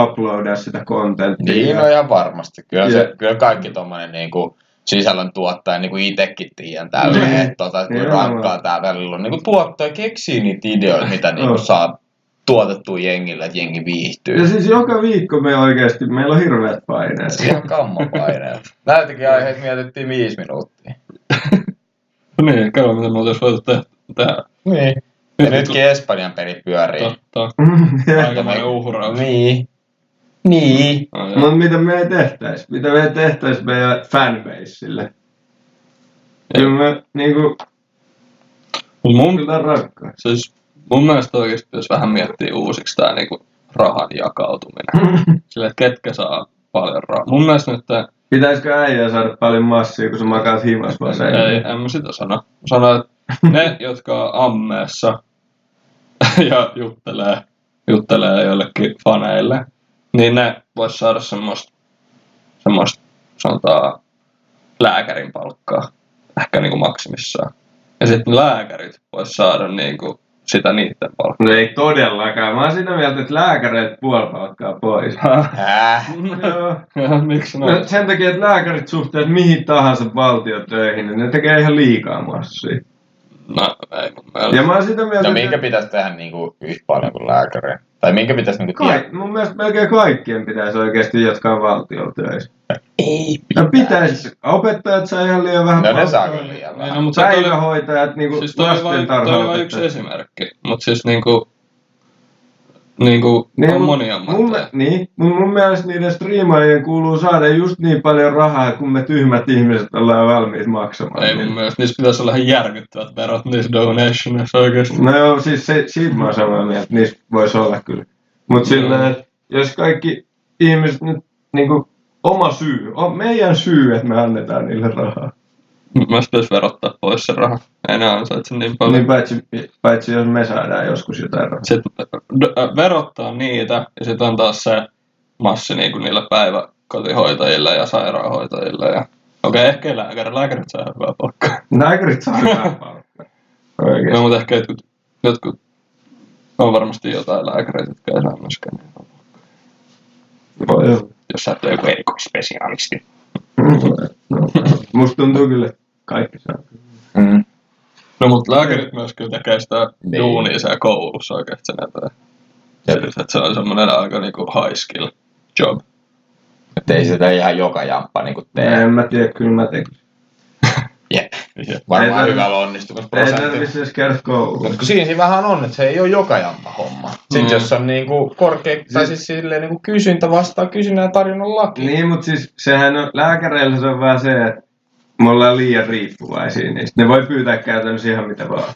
uploadaa sitä kontenttia.
Niin, no ihan varmasti. Kyllä,
Ja-
se, kyllä kaikki tommonen niinku sisällön tuottaja, niin kuin itsekin tiedän tälleen,
Niin.
että tota, että kuinka
Joo.
rankkaa tää välillä on. Niin kuin tuottaja keksii niitä ideoita, mitä niin
Joo.
kuin saa tuotettua jengille, että jengi
Ja
viihtyy.
siis joka viikko me oikeasti, meillä on hirveät paineet.
Ihan kammapaineet. Näitäkin aiheita mietittiin viisi minuuttia.
niin, katsotaan mitä me oltais voitu tehdä. Tää
Niin. Ja nytkin Espanjan peli pyörii.
totta. Aikamoinen uhraus.
Niin. Niin.
Ai joo.
Mutta mitä me ei tehtäis? Mitä me ei tehtäis meidän fanbaseille? Kyllä me niinku,
Mut mun,
kyllä rankkaa.
siis mun mielestä oikeesti pitäis vähän miettiä uusiksi tää niinku rahan jakautuminen. Sillä että ketkä saa paljon rahaa. Mun mielestä nyt tää
Pitäisikö äijä saada paljon massia, kun sä makaat himas vaan sen?
Ei, en mä sitä sano. Mä Sanon, että ne, jotka on ammeessa ja juttelee, juttelee jollekin faneille, niin ne vois saada semmoista, semmoista sanotaan, lääkärin palkkaa. Ehkä niinku maksimissaan. Ja sitten lääkärit vois saada niinku sitä niitten palkkaa.
No ei todellakaan. Mä oon sitä mieltä, että lääkäreiltä puoli palkkaa pois.
Häh? No
Joo.
Miksi
No,
noin?
sen takia, että lääkärit suhteet mihin tahansa valtiotöihin, niin ne tekee ihan liikaa massia.
No, ei mun
Ja
mielestä.
mä oon sitä mieltä,
No minkä
että
pitäisi tehdä niinku yhtä paljon kuin lääkäri? Tai minkä pitäisi niinku tietää?
kai, mun mielestä melkein kaikkien pitäisi oikeasti, jotka on valtiotöissä.
Ei
No pitäisi. Opettajat saa ihan liian vähän
No ne
palkkaa.
saa kyllä liian
Niin, no,
vähän.
mut se toi oli-
Päivähoitajat, niin kuin
siis toi oli vain toi oli vain yksi esimerkki, mutta siis niinku, niinku niin, on monia
mun,
ammatteja.
niin, mun, mun mielestä niiden striimaajien kuuluu saada just niin paljon rahaa, kun me tyhmät ihmiset ollaan valmiit maksamaan. Niin-
Ei mun
niille.
mielestä, niissä pitäisi olla ihan järkyttävät verot niissä donationissa oikeesti.
No joo, siis se, siitä mä oon samaa mieltä, niissä voisi olla kyllä. Mutta
Joo.
sillä, että jos kaikki ihmiset nyt niin kuin, oma syy, on meidän syy, että me annetaan niille rahaa.
Mun mielestä pitäisi verottaa pois se raha. Ei enää ansaitse niin paljon.
Niin
Niin.
paitsi, paitsi jos me saadaan joskus jotain rahaa.
Sitten d- äh, verottaa niitä ja sitten on taas se massi niinku niillä päiväkotihoitajilla ja sairaanhoitajilla. Ja... Okei, okay, ehkä ei lääkäri. Lääkärit saa ihan hyvää palkkaa.
Lääkärit saa hyvää palkkaa. Oikeesti.
No, mutta ehkä jotkut, jotkut, on varmasti jotain lääkäreitä, jotka ei saa myöskään niin paljon.
Voi olla.
jos sä oot joku erikoisspesialisti.
Musta tuntuu kyllä, että kaikki saa.
Mm.
No mutta lääkärit myös kyllä tekee sitä
Niin.
niin. duunia siellä koulussa oikeasti sen eteen.
Jep.
Siis, että se on semmoinen aika niinku high skill job.
Et ei sitä ihan joka jamppa niinku
Tee.
tee.
En mä tiedä, kyllä mä tekisin.
Jep.
Jep.
Ei
Varmaan
tarvi-
hyvällä
Ei
onnistumisprosentti.
tarvitsisi edes käydä kouluun.
Mutta kun siinä siinä vähän on, että se ei ole joka jamppa homma. Sitten
Mm.
jos on niinku korkea, tai siis silleen niinku kysyntä vastaa kysynnän ja tarjonnan laki.
Niin, mutta siis sehän on, lääkäreillä se on vaan se, että me ollaan liian riippuvaisia niistä. Ne voi pyytää käytännössä ihan mitä vaan.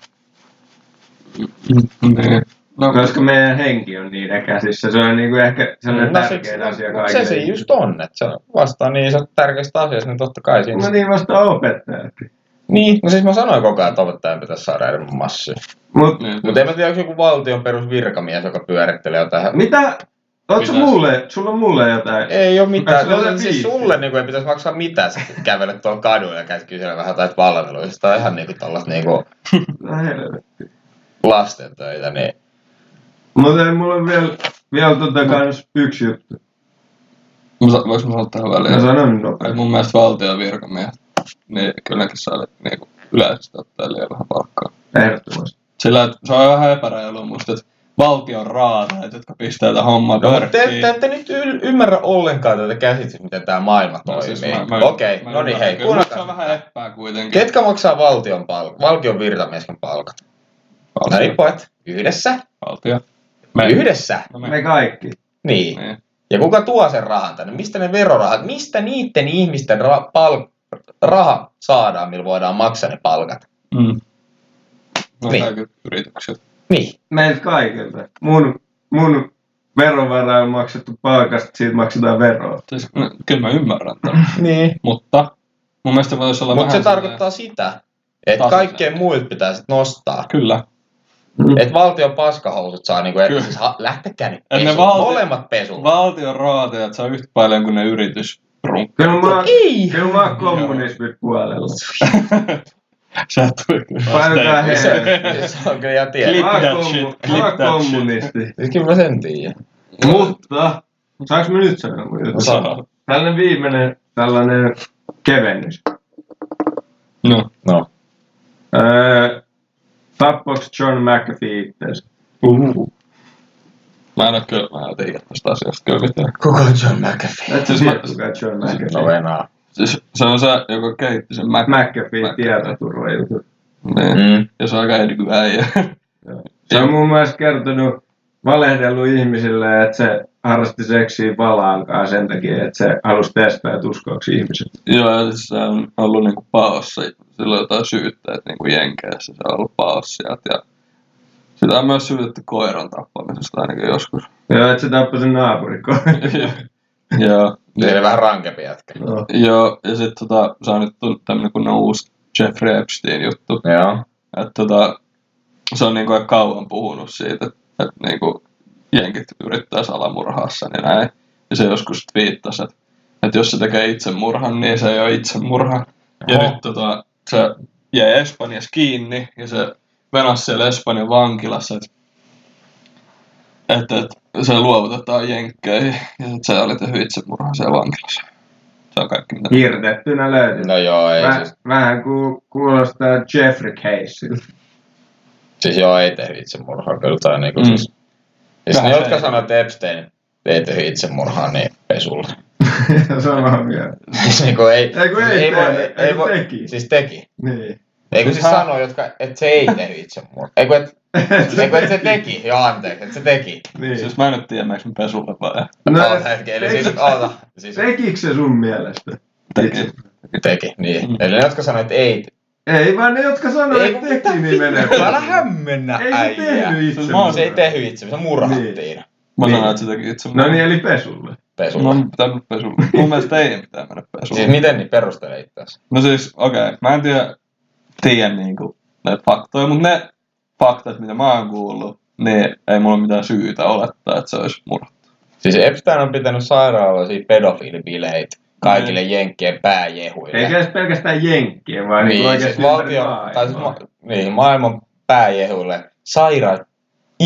Niin. No,
Koska meidän henki on niiden käsissä. Se on niinku ehkä sellainen
No,
tärkein asia
no,
kaikille.
se se just on, että se vastaa niin iso tärkeistä asioista, niin totta kai siinä.
No niin vasta opettajatkin.
Niin, no siis mä sanoin koko ajan, että opettajan pitäisi saada enemmän massia.
Mut
niin.
Mutta en mä tiedä, onko joku valtion perusvirkamies, joka pyörittelee jotain.
mitä? Oot sä
Pitäis.
mulle? Sulla on mulle jotain?
Ei ole mitään.
Onko sulla
No, siis
biisi?
sulle niin kuin, ei pitäisi maksaa mitään, sä kävelet tuolla kadulla ja käyt kysellä vähän jotain palveluista. Tai ihan niin kuin tollaista niin kuin
No helvetti.
lasten töitä. Niin.
Mutta ei mulla ole vielä, vielä tota kans yksi juttu.
Mutta voiko mä sanoa tähän
Mä
väliin?
sanon
Ei
nopeasti.
mun mielestä valtion virkamiehet, niin kyllä nekin saa niinku yleisesti ottaa liian vähän palkkaa.
Ehdottomasti.
Sillä että se on vähän epäreilua musta, että valtion raatajat, jotka pistää tätä hommaa
No, mutta te,
pörkkiin.
te, ette nyt yl- ymmärrä ollenkaan tätä käsitystä, miten tämä maailma
No
toimii.
siis
mä, Okei,
mä
no niin
ymmärrän
hei,
kyllä, mutta se on
kuunnelkaa.
vähän eppää kuitenkin.
Ketkä maksaa valtion palkat, valtion virkamiesten palkat?
Valtio.
Riippuvat yhdessä.
Valtio.
Yhdessä.
No me.
Me kaikki.
Niin.
Niin.
Ja kuka tuo sen rahan tänne? Mistä ne verorahat, mistä niiden ihmisten ra- pal- raha saadaan, millä voidaan maksaa ne palkat?
Mm. No
Niin.
niin. yritykset.
Niin.
Meiltä kaikilta. Mun mun verovaraan maksettu palkasta, siitä maksetaan veroa.
Siis, no, Kyllä mä ymmärrän tämän.
Niin.
mutta mun mielestä voisi olla
Mutta se
vähän
tarkoittaa sitä, että
Tasainen.
kaikkien muilta pitää sit nostaa.
sellainen- Kyllä.
Että valtion paskahousut saa niinku,
Kyllä.
että siis ha- lähtekää nyt
Et ne
pesuun.
valti-
Molemmat pesuun.
Valtion rahoitajat saa yhtä paljon kuin ne yritysrunkka.
Kyllä mä, oon-
Ei!
kyllä mä oon kommunismin puolella.
Sä tuli kyllä.
Painetaan
Se,
heille.
se on kyllä ihan
Clip
tiedä.
Mä oon
that
kommu-
shit,
mä
clip
oon
that
kommunisti.
Siis Kyllä mä sen tiedän.
Mutta, saanko mä nyt sanoa mun
No,
jutun?
Sano.
Tällainen viimeinen tällainen kevennys.
No.
No.
Öö, tappoks John McAfee itseensä?
Uhu. Uh-huh. Mä en oo kyllä, mä en tiedä tästä asiasta kyllä mitään.
Kuka on John McAfee?
Et sä tiedä, kuka John
No
McAfee.
venaa.
Siis se on se, joka kehitti sen Mac.
McAfee
McAfee.
tietoturvajutut.
Niin.
Mm.
Ja se on aika nykyäijä.
Se on muun muassa kertonut, valehdellut ihmisille, että se harrasti seksiä valaankaan sen takia, että se halusi testata, että uskoaksi ihmiset.
Joo, ja siis se on ollut niinku paossa. Sillä on jotain syytteet niinku Jenkeissä. Se on ollut paossa sieltä. Ja sitä on myös syytetty koiran tappamisesta ainakin joskus.
Joo, että se tappoi sen naapurikon.
Joo.
Se oli vähän rankempi jätkä.
Joo.
Joo, ja sitten tota, se on nyt tullut tämmönen kun uusi Jeffrey Epstein juttu.
Joo.
Et tota, se on niinku kauan puhunut siitä, että et niinku jenkit yrittää salamurhaa sen ja näin. Ja se joskus twiittasi, että et jos se tekee itsemurhan, niin se ei ole itsemurha. Ja
Oho.
nyt tota, se jäi Espanjassa kiinni ja se venasi siellä Espanjan vankilassa, että et, et, se luovutetaan jenkkeihin ja sit se oli tehnyt itsemurhan siellä vankilassa. Se on kaikki mitä.
Niin. Hirtettynä löytyi.
No joo, ei
Väh,
siis.
vähän ku, kuulostaa Jeffrey Caseilta.
Siis joo, ei tehnyt itsemurhaa kyllä. Tai niinku
Mm.
mm. siis. Siis ne,
Vähän
jotka
se-
sanoo, että Epstein ei tehnyt itsemurhaa, niin pesulle.
Samaa mieltä.
siis niinku ei,
Ei kun ei,
ei,
ei,
voi,
ei, ei
voi,
teki.
siis teki.
Niin.
Eikö siis
Siis hän-
sano, jotka, että se ei tehnyt itsemurhaa? Eikö, et, eikö, Siis niinku, et se teki? Joo, anteeksi, että se teki.
Niin.
Siis mä en nyt tiedä, meneekö mä pesulle vai
No,
No, Oota hetki, eli siis, oota, siis
tekikö se sun mielestä?
Teki.
teki, niin.
Mm.
Eli ne, jotka sanoo, että ei.
Ei, vaan ne, jotka sanoo, että teki, niin menee.
Älä hämmennä,
Ei se
äijä.
tehnyt itse.
Siis
Se ei tehnyt itse, se murhattiin.
Mä
Niin.
sanoin, että se teki itsemurhan.
No niin, eli pesulle.
Mä
Pesulla.
en pitää mennä pesulle. Mun mielestä ei pitää mennä pesulle.
Siis miten niin perustele itseäsi?
No siis, okei, okay. mä en tiedä, tiedä niinku näitä faktoja, mutta ne faktat, mitä mä oon kuullut, niin ei mulla ole mitään syytä olettaa, että se olisi murha.
Siis Epstein on pitänyt sairaaloisia pedofiilibileitä kaikille jenkkien pääjehuille.
Mm. Eikä edes pelkästään jenkkiä, vaan niin,
niin, siis
oikeasti
valtio,
ympäri
tai siis ma-
maailmaa.
niin, maailman pääjehuille sairaat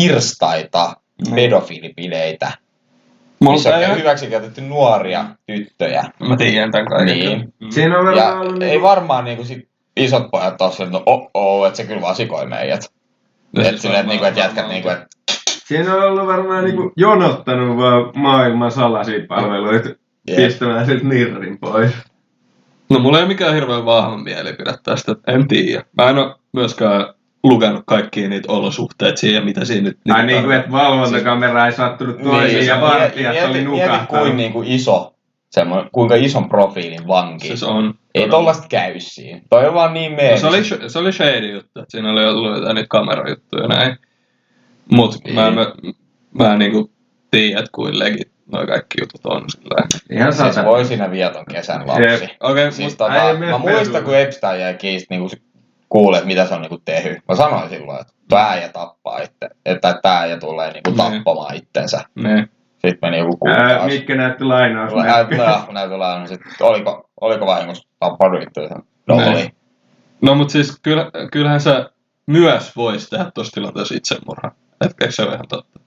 irstaita
Mm.
pedofiilibileitä, missä
Mulla
Niin on
ei,
hyväksikäytetty nuoria tyttöjä.
mä tiedän tämän kaiken.
Niin.
Mm.
Siinä on
Ja
varmaan ollut...
ei varmaan niinku sit isot pojat ole silleen, että oh, oh, että se kyllä vasikoi meidät.
No
Että
siis
silleen, että
varmaan-
niinku, et jätkät
varmaan.
niinku, että
Siinä on ollut
Mm.
varmaan niinku jonottanut vaan maailman salaisia palveluita
Jep.
Siis
pistämään sit nirrin pois.
No mulla ei ole mikään hirveän vahva mielipide tästä, että en tiedä. Mä en ole myöskään lukenut kaikkia niitä olosuhteita siihen, mitä siinä nyt...
Ai niin kuin,
tarvitaan.
että valvontakamera ei sattunut toisiin
siis
ja vartijat
mieti-
oli
Mieti kuin
nukahtanut.
niinku iso, semmoinen, kuinka ison profiilin vanki.
Siis on...
Ei tollasta käy siinä. Toi on vaan niin
No,
meemi.
se, oli, sh- se oli shady juttu, että siinä oli ollut jotain niitä kamerajuttuja ja näin. Mut mä, en- mä,
Niin.
mä en niinku tiedä, että kuin legit noi kaikki jutut on sillä
Ihan
Siis
sata.
voi siinä vieton kesän lapsi.
Jep.
Okei, okay,
Siis
mut...
tota,
Ai, ei mene
mä muistan,
perille.
kun Epstein jäi kiinni, niinku kuulee, että mitä se on niinku tehnyt. Mä sanoin silloin, että tää ja tappaa itse, että tää ja tulee niinku
Niin.
tappamaan itsensä.
Ne.
Sitten meni joku
Ää,
kuukausi.
Mikke näytti lainausmerkkiä.
Näytöllä on sitten, niin oliko, oliko vahingossa tappanut itseänsä? No
Näin.
oli.
Niin.
No mut siis kyllä, kyllähän sä myös vois tehdä tuossa tilanteessa itsemurhan. Etkö se ole ihan totta?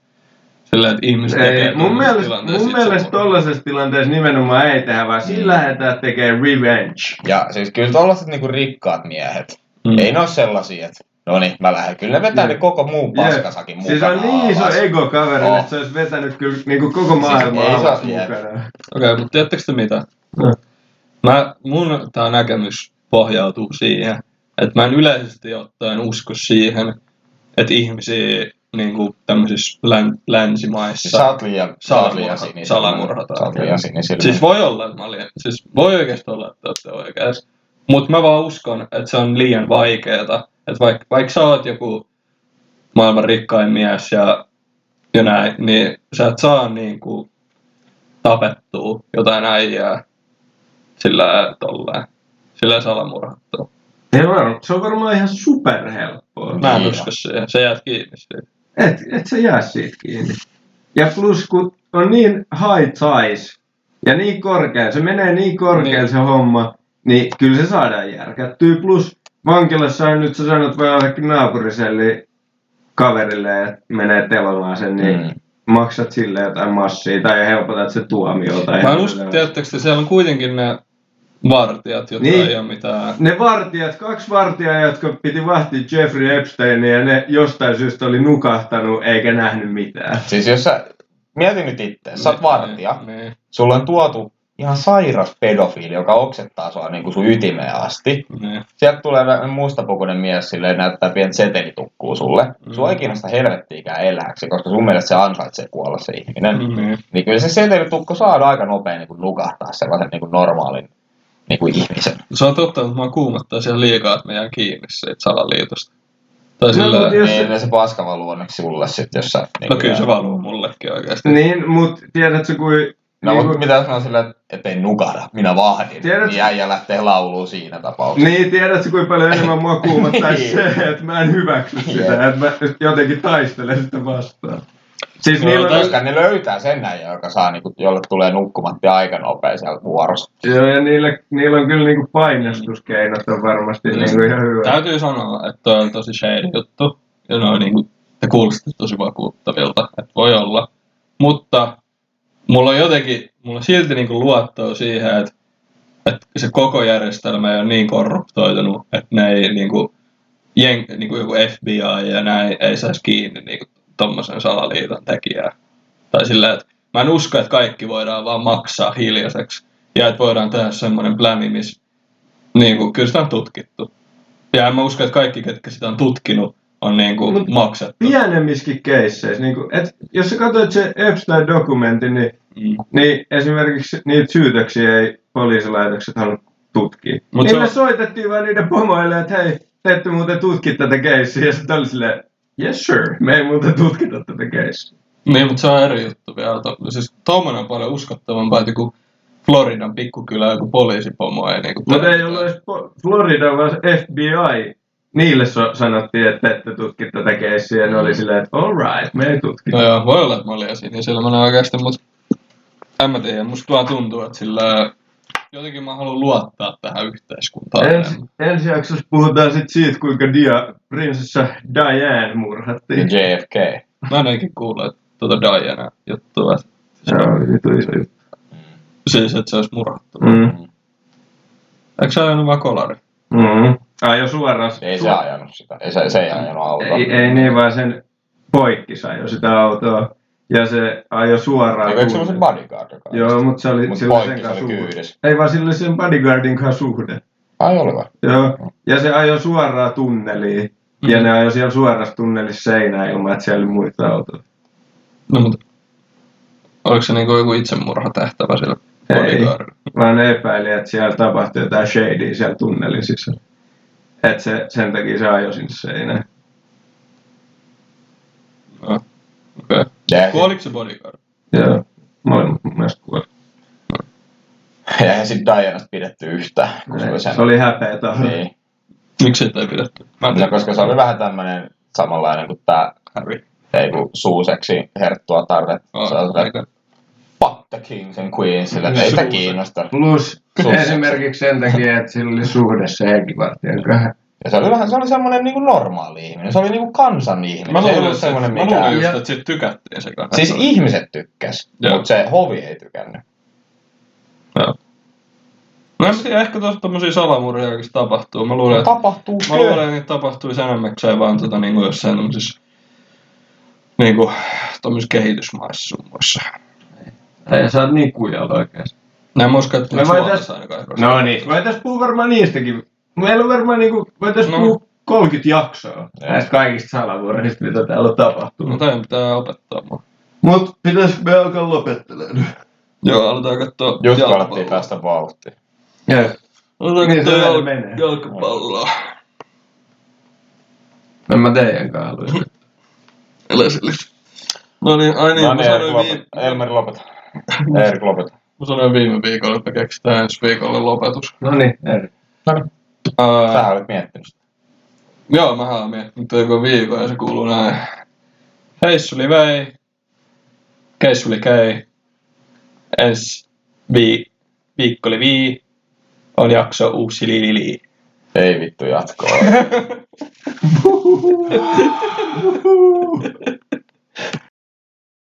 Sillä, että ihmiset
Ei, mun
tuommoisessa
mielestä,
tilanteessa
mun mielestä
itsemurhan.
tollaisessa tilanteessa nimenomaan ei tehdä, vaan sillä
Niin.
lähdetään tekemään revenge.
Ja siis kyllä tollaset niinku rikkaat miehet,
Mm.
ei no ne ole sellaisia, että no niin, mä lähden. Kyllä ne vetää
Jep.
ne koko muun
Jep.
paskasakin mukana
Siis on niin iso
alas.
ego kaveri,
Oh.
että se olisi vetänyt kyllä niin kuin koko
Siis
maailmaa
ei
siis,
saa-
alas
jep.
mukana.
Okei, okay, mutta tiedättekö te mitä?
No.
Mä, mun tämä näkemys pohjautuu siihen, että mä en yleisesti ottaen usko siihen, että ihmisiä niin kuin tämmöisissä län,
Siis
länsimaissa...
sä oot liian, sä oot liian
Salamurha-
sinisilmäinen.
salamurhataan.
Sä oot liian sinisilmäinen.
niin Siis voi olla, että mä olin, siis voi oikeasti olla, että olette oikeassa. Mutta mä vaan uskon, että se on liian vaikeeta. Että vaikka vaik sä oot joku maailman rikkain mies ja ja näin, niin sä et saa niinku tapettua jotain äijää sillä tolleen, sillä salamurhattua.
Ei varmaan, se on varmaan ihan superhelppoa.
Mä en
Niin.
usko siihen, se jäät kiinni siitä.
Et, et sä jää siitä kiinni. Ja plus kun on niin high ties ja niin korkea, se menee niin korkealle
Niin.
niin. se homma, niin kyllä se saadaan järkättyä. Plus vankilassa nyt sä sanot vaan jollekin naapuriselli kaverille, että menee telomaan sen, niin mm.
Mm.
maksat sille jotain massia tai helpotat se tuomio. Tai
Mä en usko, tiedättekö, te, siellä on kuitenkin ne vartijat, jotka niin.
Niin.
ei ole mitään.
ne vartijat, kaksi vartijaa, jotka piti vahtia Jeffrey Epsteinia ja ne jostain syystä oli nukahtanut eikä nähnyt mitään.
Siis jos sä, mieti nyt itse, sä oot vartija,
Niin,
sulle on tuotu ihan sairas pedofiili, joka oksettaa sua niin kuin sun ytimeen asti.
niin.
Sieltä tulee vähän mustapukuinen mies, silleen näyttää pientä setelitukkuu sulle. Mm. Sua ei kiinnosta helvettiikään eläksi, koska sun mielestä se ansaitsee kuolla se ihminen. Mm.
niin.
Niin kyllä se setelitukko saadaan aika nopein niin kuin nukahtaa sellaisen niin kuin normaalin niin kuin ihmisen.
Se on totta, mutta mä kuumattaa siellä liikaa, että mä jään kiinni siitä salaliitosta. Tai
No,
sillä
mut
no,
jos-
Niin, se paska valuu onneksi sulle sitten, jos sä... Niin
no kyllä se valuu mullekin oikeasti.
Niin, mutta tiedätkö, kuin...
No,
niin,
mutta mitä jos mä oon silleen, että ei nukahda, minä vahdin,
Tiedät-
niin äijä lähtee lauluun siinä tapauksessa.
niin, tiedätkö, kuin paljon enemmän mua kuumattaisi
Niin.
se, että mä en hyväksy sitä,
Jep.
että mä jotenkin taistelen sitä vastaan. Siis
Joo,
niillä
tai-
on,
Koska ne löytää sen näin, joka saa, niinku, jolle tulee nukkumatta ja aika nopea siellä vuorossa.
joo, ja niillä, niillä on kyllä niinku painostuskeinot on varmasti
Mm.
niinku ihan hyvä.
Täytyy sanoa, että toi on tosi shady juttu. Ja noin niinku, te kuulostatte tosi vakuuttavilta, että voi olla. Mutta mulla on jotenkin, mulla on silti niinku luottoa siihen, että, että se koko järjestelmä ei ole niin korruptoitunut, että ne ei niinku, jen, niinku joku FBI ja näin ei saisi kiinni niinku tommosen salaliiton tekijää. Tai sillä, että mä en usko, että kaikki voidaan vaan maksaa hiljaiseksi. Ja että voidaan tehdä semmoinen pläni, missä niinku, kyllä sitä on tutkittu. Ja en mä usko, että kaikki, ketkä sitä on tutkinut, on niin kuin
Mut-
maksettu.
Pienemmissäkin keisseissä, niinku, et, jos sä katsoit se Epstein-dokumentin, niin
Mm.
Niin, esimerkiksi niitä syytöksiä ei poliisilaitokset halunnut tutkia.
Mut
Mut
se
Niille
on-
soitettiin vaan niiden pomoille, että hei, te ette muuten tutki tätä keissiä. Ja sitten oli silleen, yes sure, me ei muuten tutkita tätä keissiä.
Niin, mutta se on eri juttu vielä. To- Siis tuommoinen on paljon uskottavampaa, että joku Floridan pikkukylä, joku poliisipomo ei niinku...
Mutta ei ollut edes po- Florida, vaan FBI. Niille so- sanottiin, että te ette tutki tätä keissiä. Ja ne oli silleen, että all right, me ei tutkita.
No joo, voi olla, että mä olin siinä ja silmällä oikeasti, mutta en mä tiedä. Musta vaan tuntuu, että sillä jotenkin mä haluan luottaa tähän yhteiskuntaan.
Ensi,
enemmän.
ensi jaksossa puhutaan sit siitä, kuinka dia, prinsessa Diane murhattiin.
JFK.
Mä en oikein kuule että tuota Diana juttua. että-
Se on vitu iso juttu.
Siis, että se olisi murhattu.
Mm.
Eikö se ajanut vaan kolari?
Mm. Ai jo suoraan.
Ei se ajanut sitä. Ei se, se ei ajanut autoa.
Ei, ei niin, vaan sen poikki sai jo sitä autoa. Ja se ajoi suoraan.
Eikö se ollut se
tunnille.
bodyguard, joka
Joo, mutta se oli
Mut
sillä
poikki
sen
se oli
kanssa suhde.
kyydissä.
Ei vaan sillä oli sen bodyguardin kanssa suhde.
Ai oliko?
Joo. Ja se ajoi suoraan tunneliin. Ja
Mm.
Mhm.
ne ajoi siellä suorassa tunnelissa seinään ilman, että siellä oli muita autoja.
No mutta oliko se niinku joku itsemurhatehtävä sillä
Ei.
bodyguardilla?
Vaan ne epäili, että siellä tapahtui jotain shadyä siellä tunnelin sisällä. Että se, sen takia se ajoi sinne seinään.
No. Okei. Okay.
Ja,
Kuoliko se bodyguard?
Joo. Molemmat mun mielestä kuoli.
ja eihän sit Dianasta pidetty yhtään. Kun se oli sen.
Se oli häpeä tahra.
Niin.
Miksi sitä ei pidetty? Mä en
No,
tiedä.
koska se oli vähän tämmönen samanlainen kuin tää
Harry.
ei kun suuseksi herttua tarret.
Oh,
se on silleen,
aika.
fuck the kings and queens, sillä ei sitä
Suuseksi.
kiinnosta.
Plus
Sussa.
esimerkiksi sen takia, että sillä oli suhde se henkivartijan kanssa.
Ja se oli vähän, se oli semmoinen niinku normaali ihminen. Se oli niinku kansan ihminen.
Mä
se ei
luulen,
ollut
että, mä
semmoinen
luulen
mikään.
just, että siitä tykättiin se kanssa.
Siis ihmiset tykkäs,
Joo.
mutta se hovi ei tykännyt.
Mä en tiedä, ehkä tuossa tommosia salamurhia oikeesti tapahtuu. Mä luulen, että,
Tapahtuu
mä luulen, että niitä tapahtuisi enemmäkseen vaan tota niinku jossain tommosissa niinku tommosissa kehitysmaissa sun muissa.
Ei sä oot niin kujalla oikeesti.
Mä en usko, että
Me voitais-
Suomessa ainakaan.
No niin, voitais puhua varmaan niistäkin. Meillä on varmaan niinku, voitais
No.
no. puhua 30 jaksoa
Joo.
näistä kaikista salavuorista, mitä täällä tapahtuu.
No
Mut,
tää pitää opettaa mua.
Mut pitäis me alkaa lopettelemaan nyt.
Joo, aletaan kattoo
Just kun alettiin päästä vauhtiin.
Joo.
Aletaan
Niin se
kattoo
aina
jalk-
menee.
jalkapalloa.
En mä teidän kanssa halua.
Älä selitä. No niin, ai niin,
No
mä
niin, Erik
sanoin,
lopeta.
viime,
Elmeri lopeta. Erik lopeta.
mä sanoin viime viikolla, että keksitään ensi viikolle lopetus.
No niin, eri.
Ää,
Sähän olit miettinyt sitä.
Joo, mä oon miettinyt joko viikon ja se kuuluu näin. Heissuli vei, keissuli käi, ensi vii, viikko oli vii, on jakso uusi lilili.
Ei vittu jatkoa.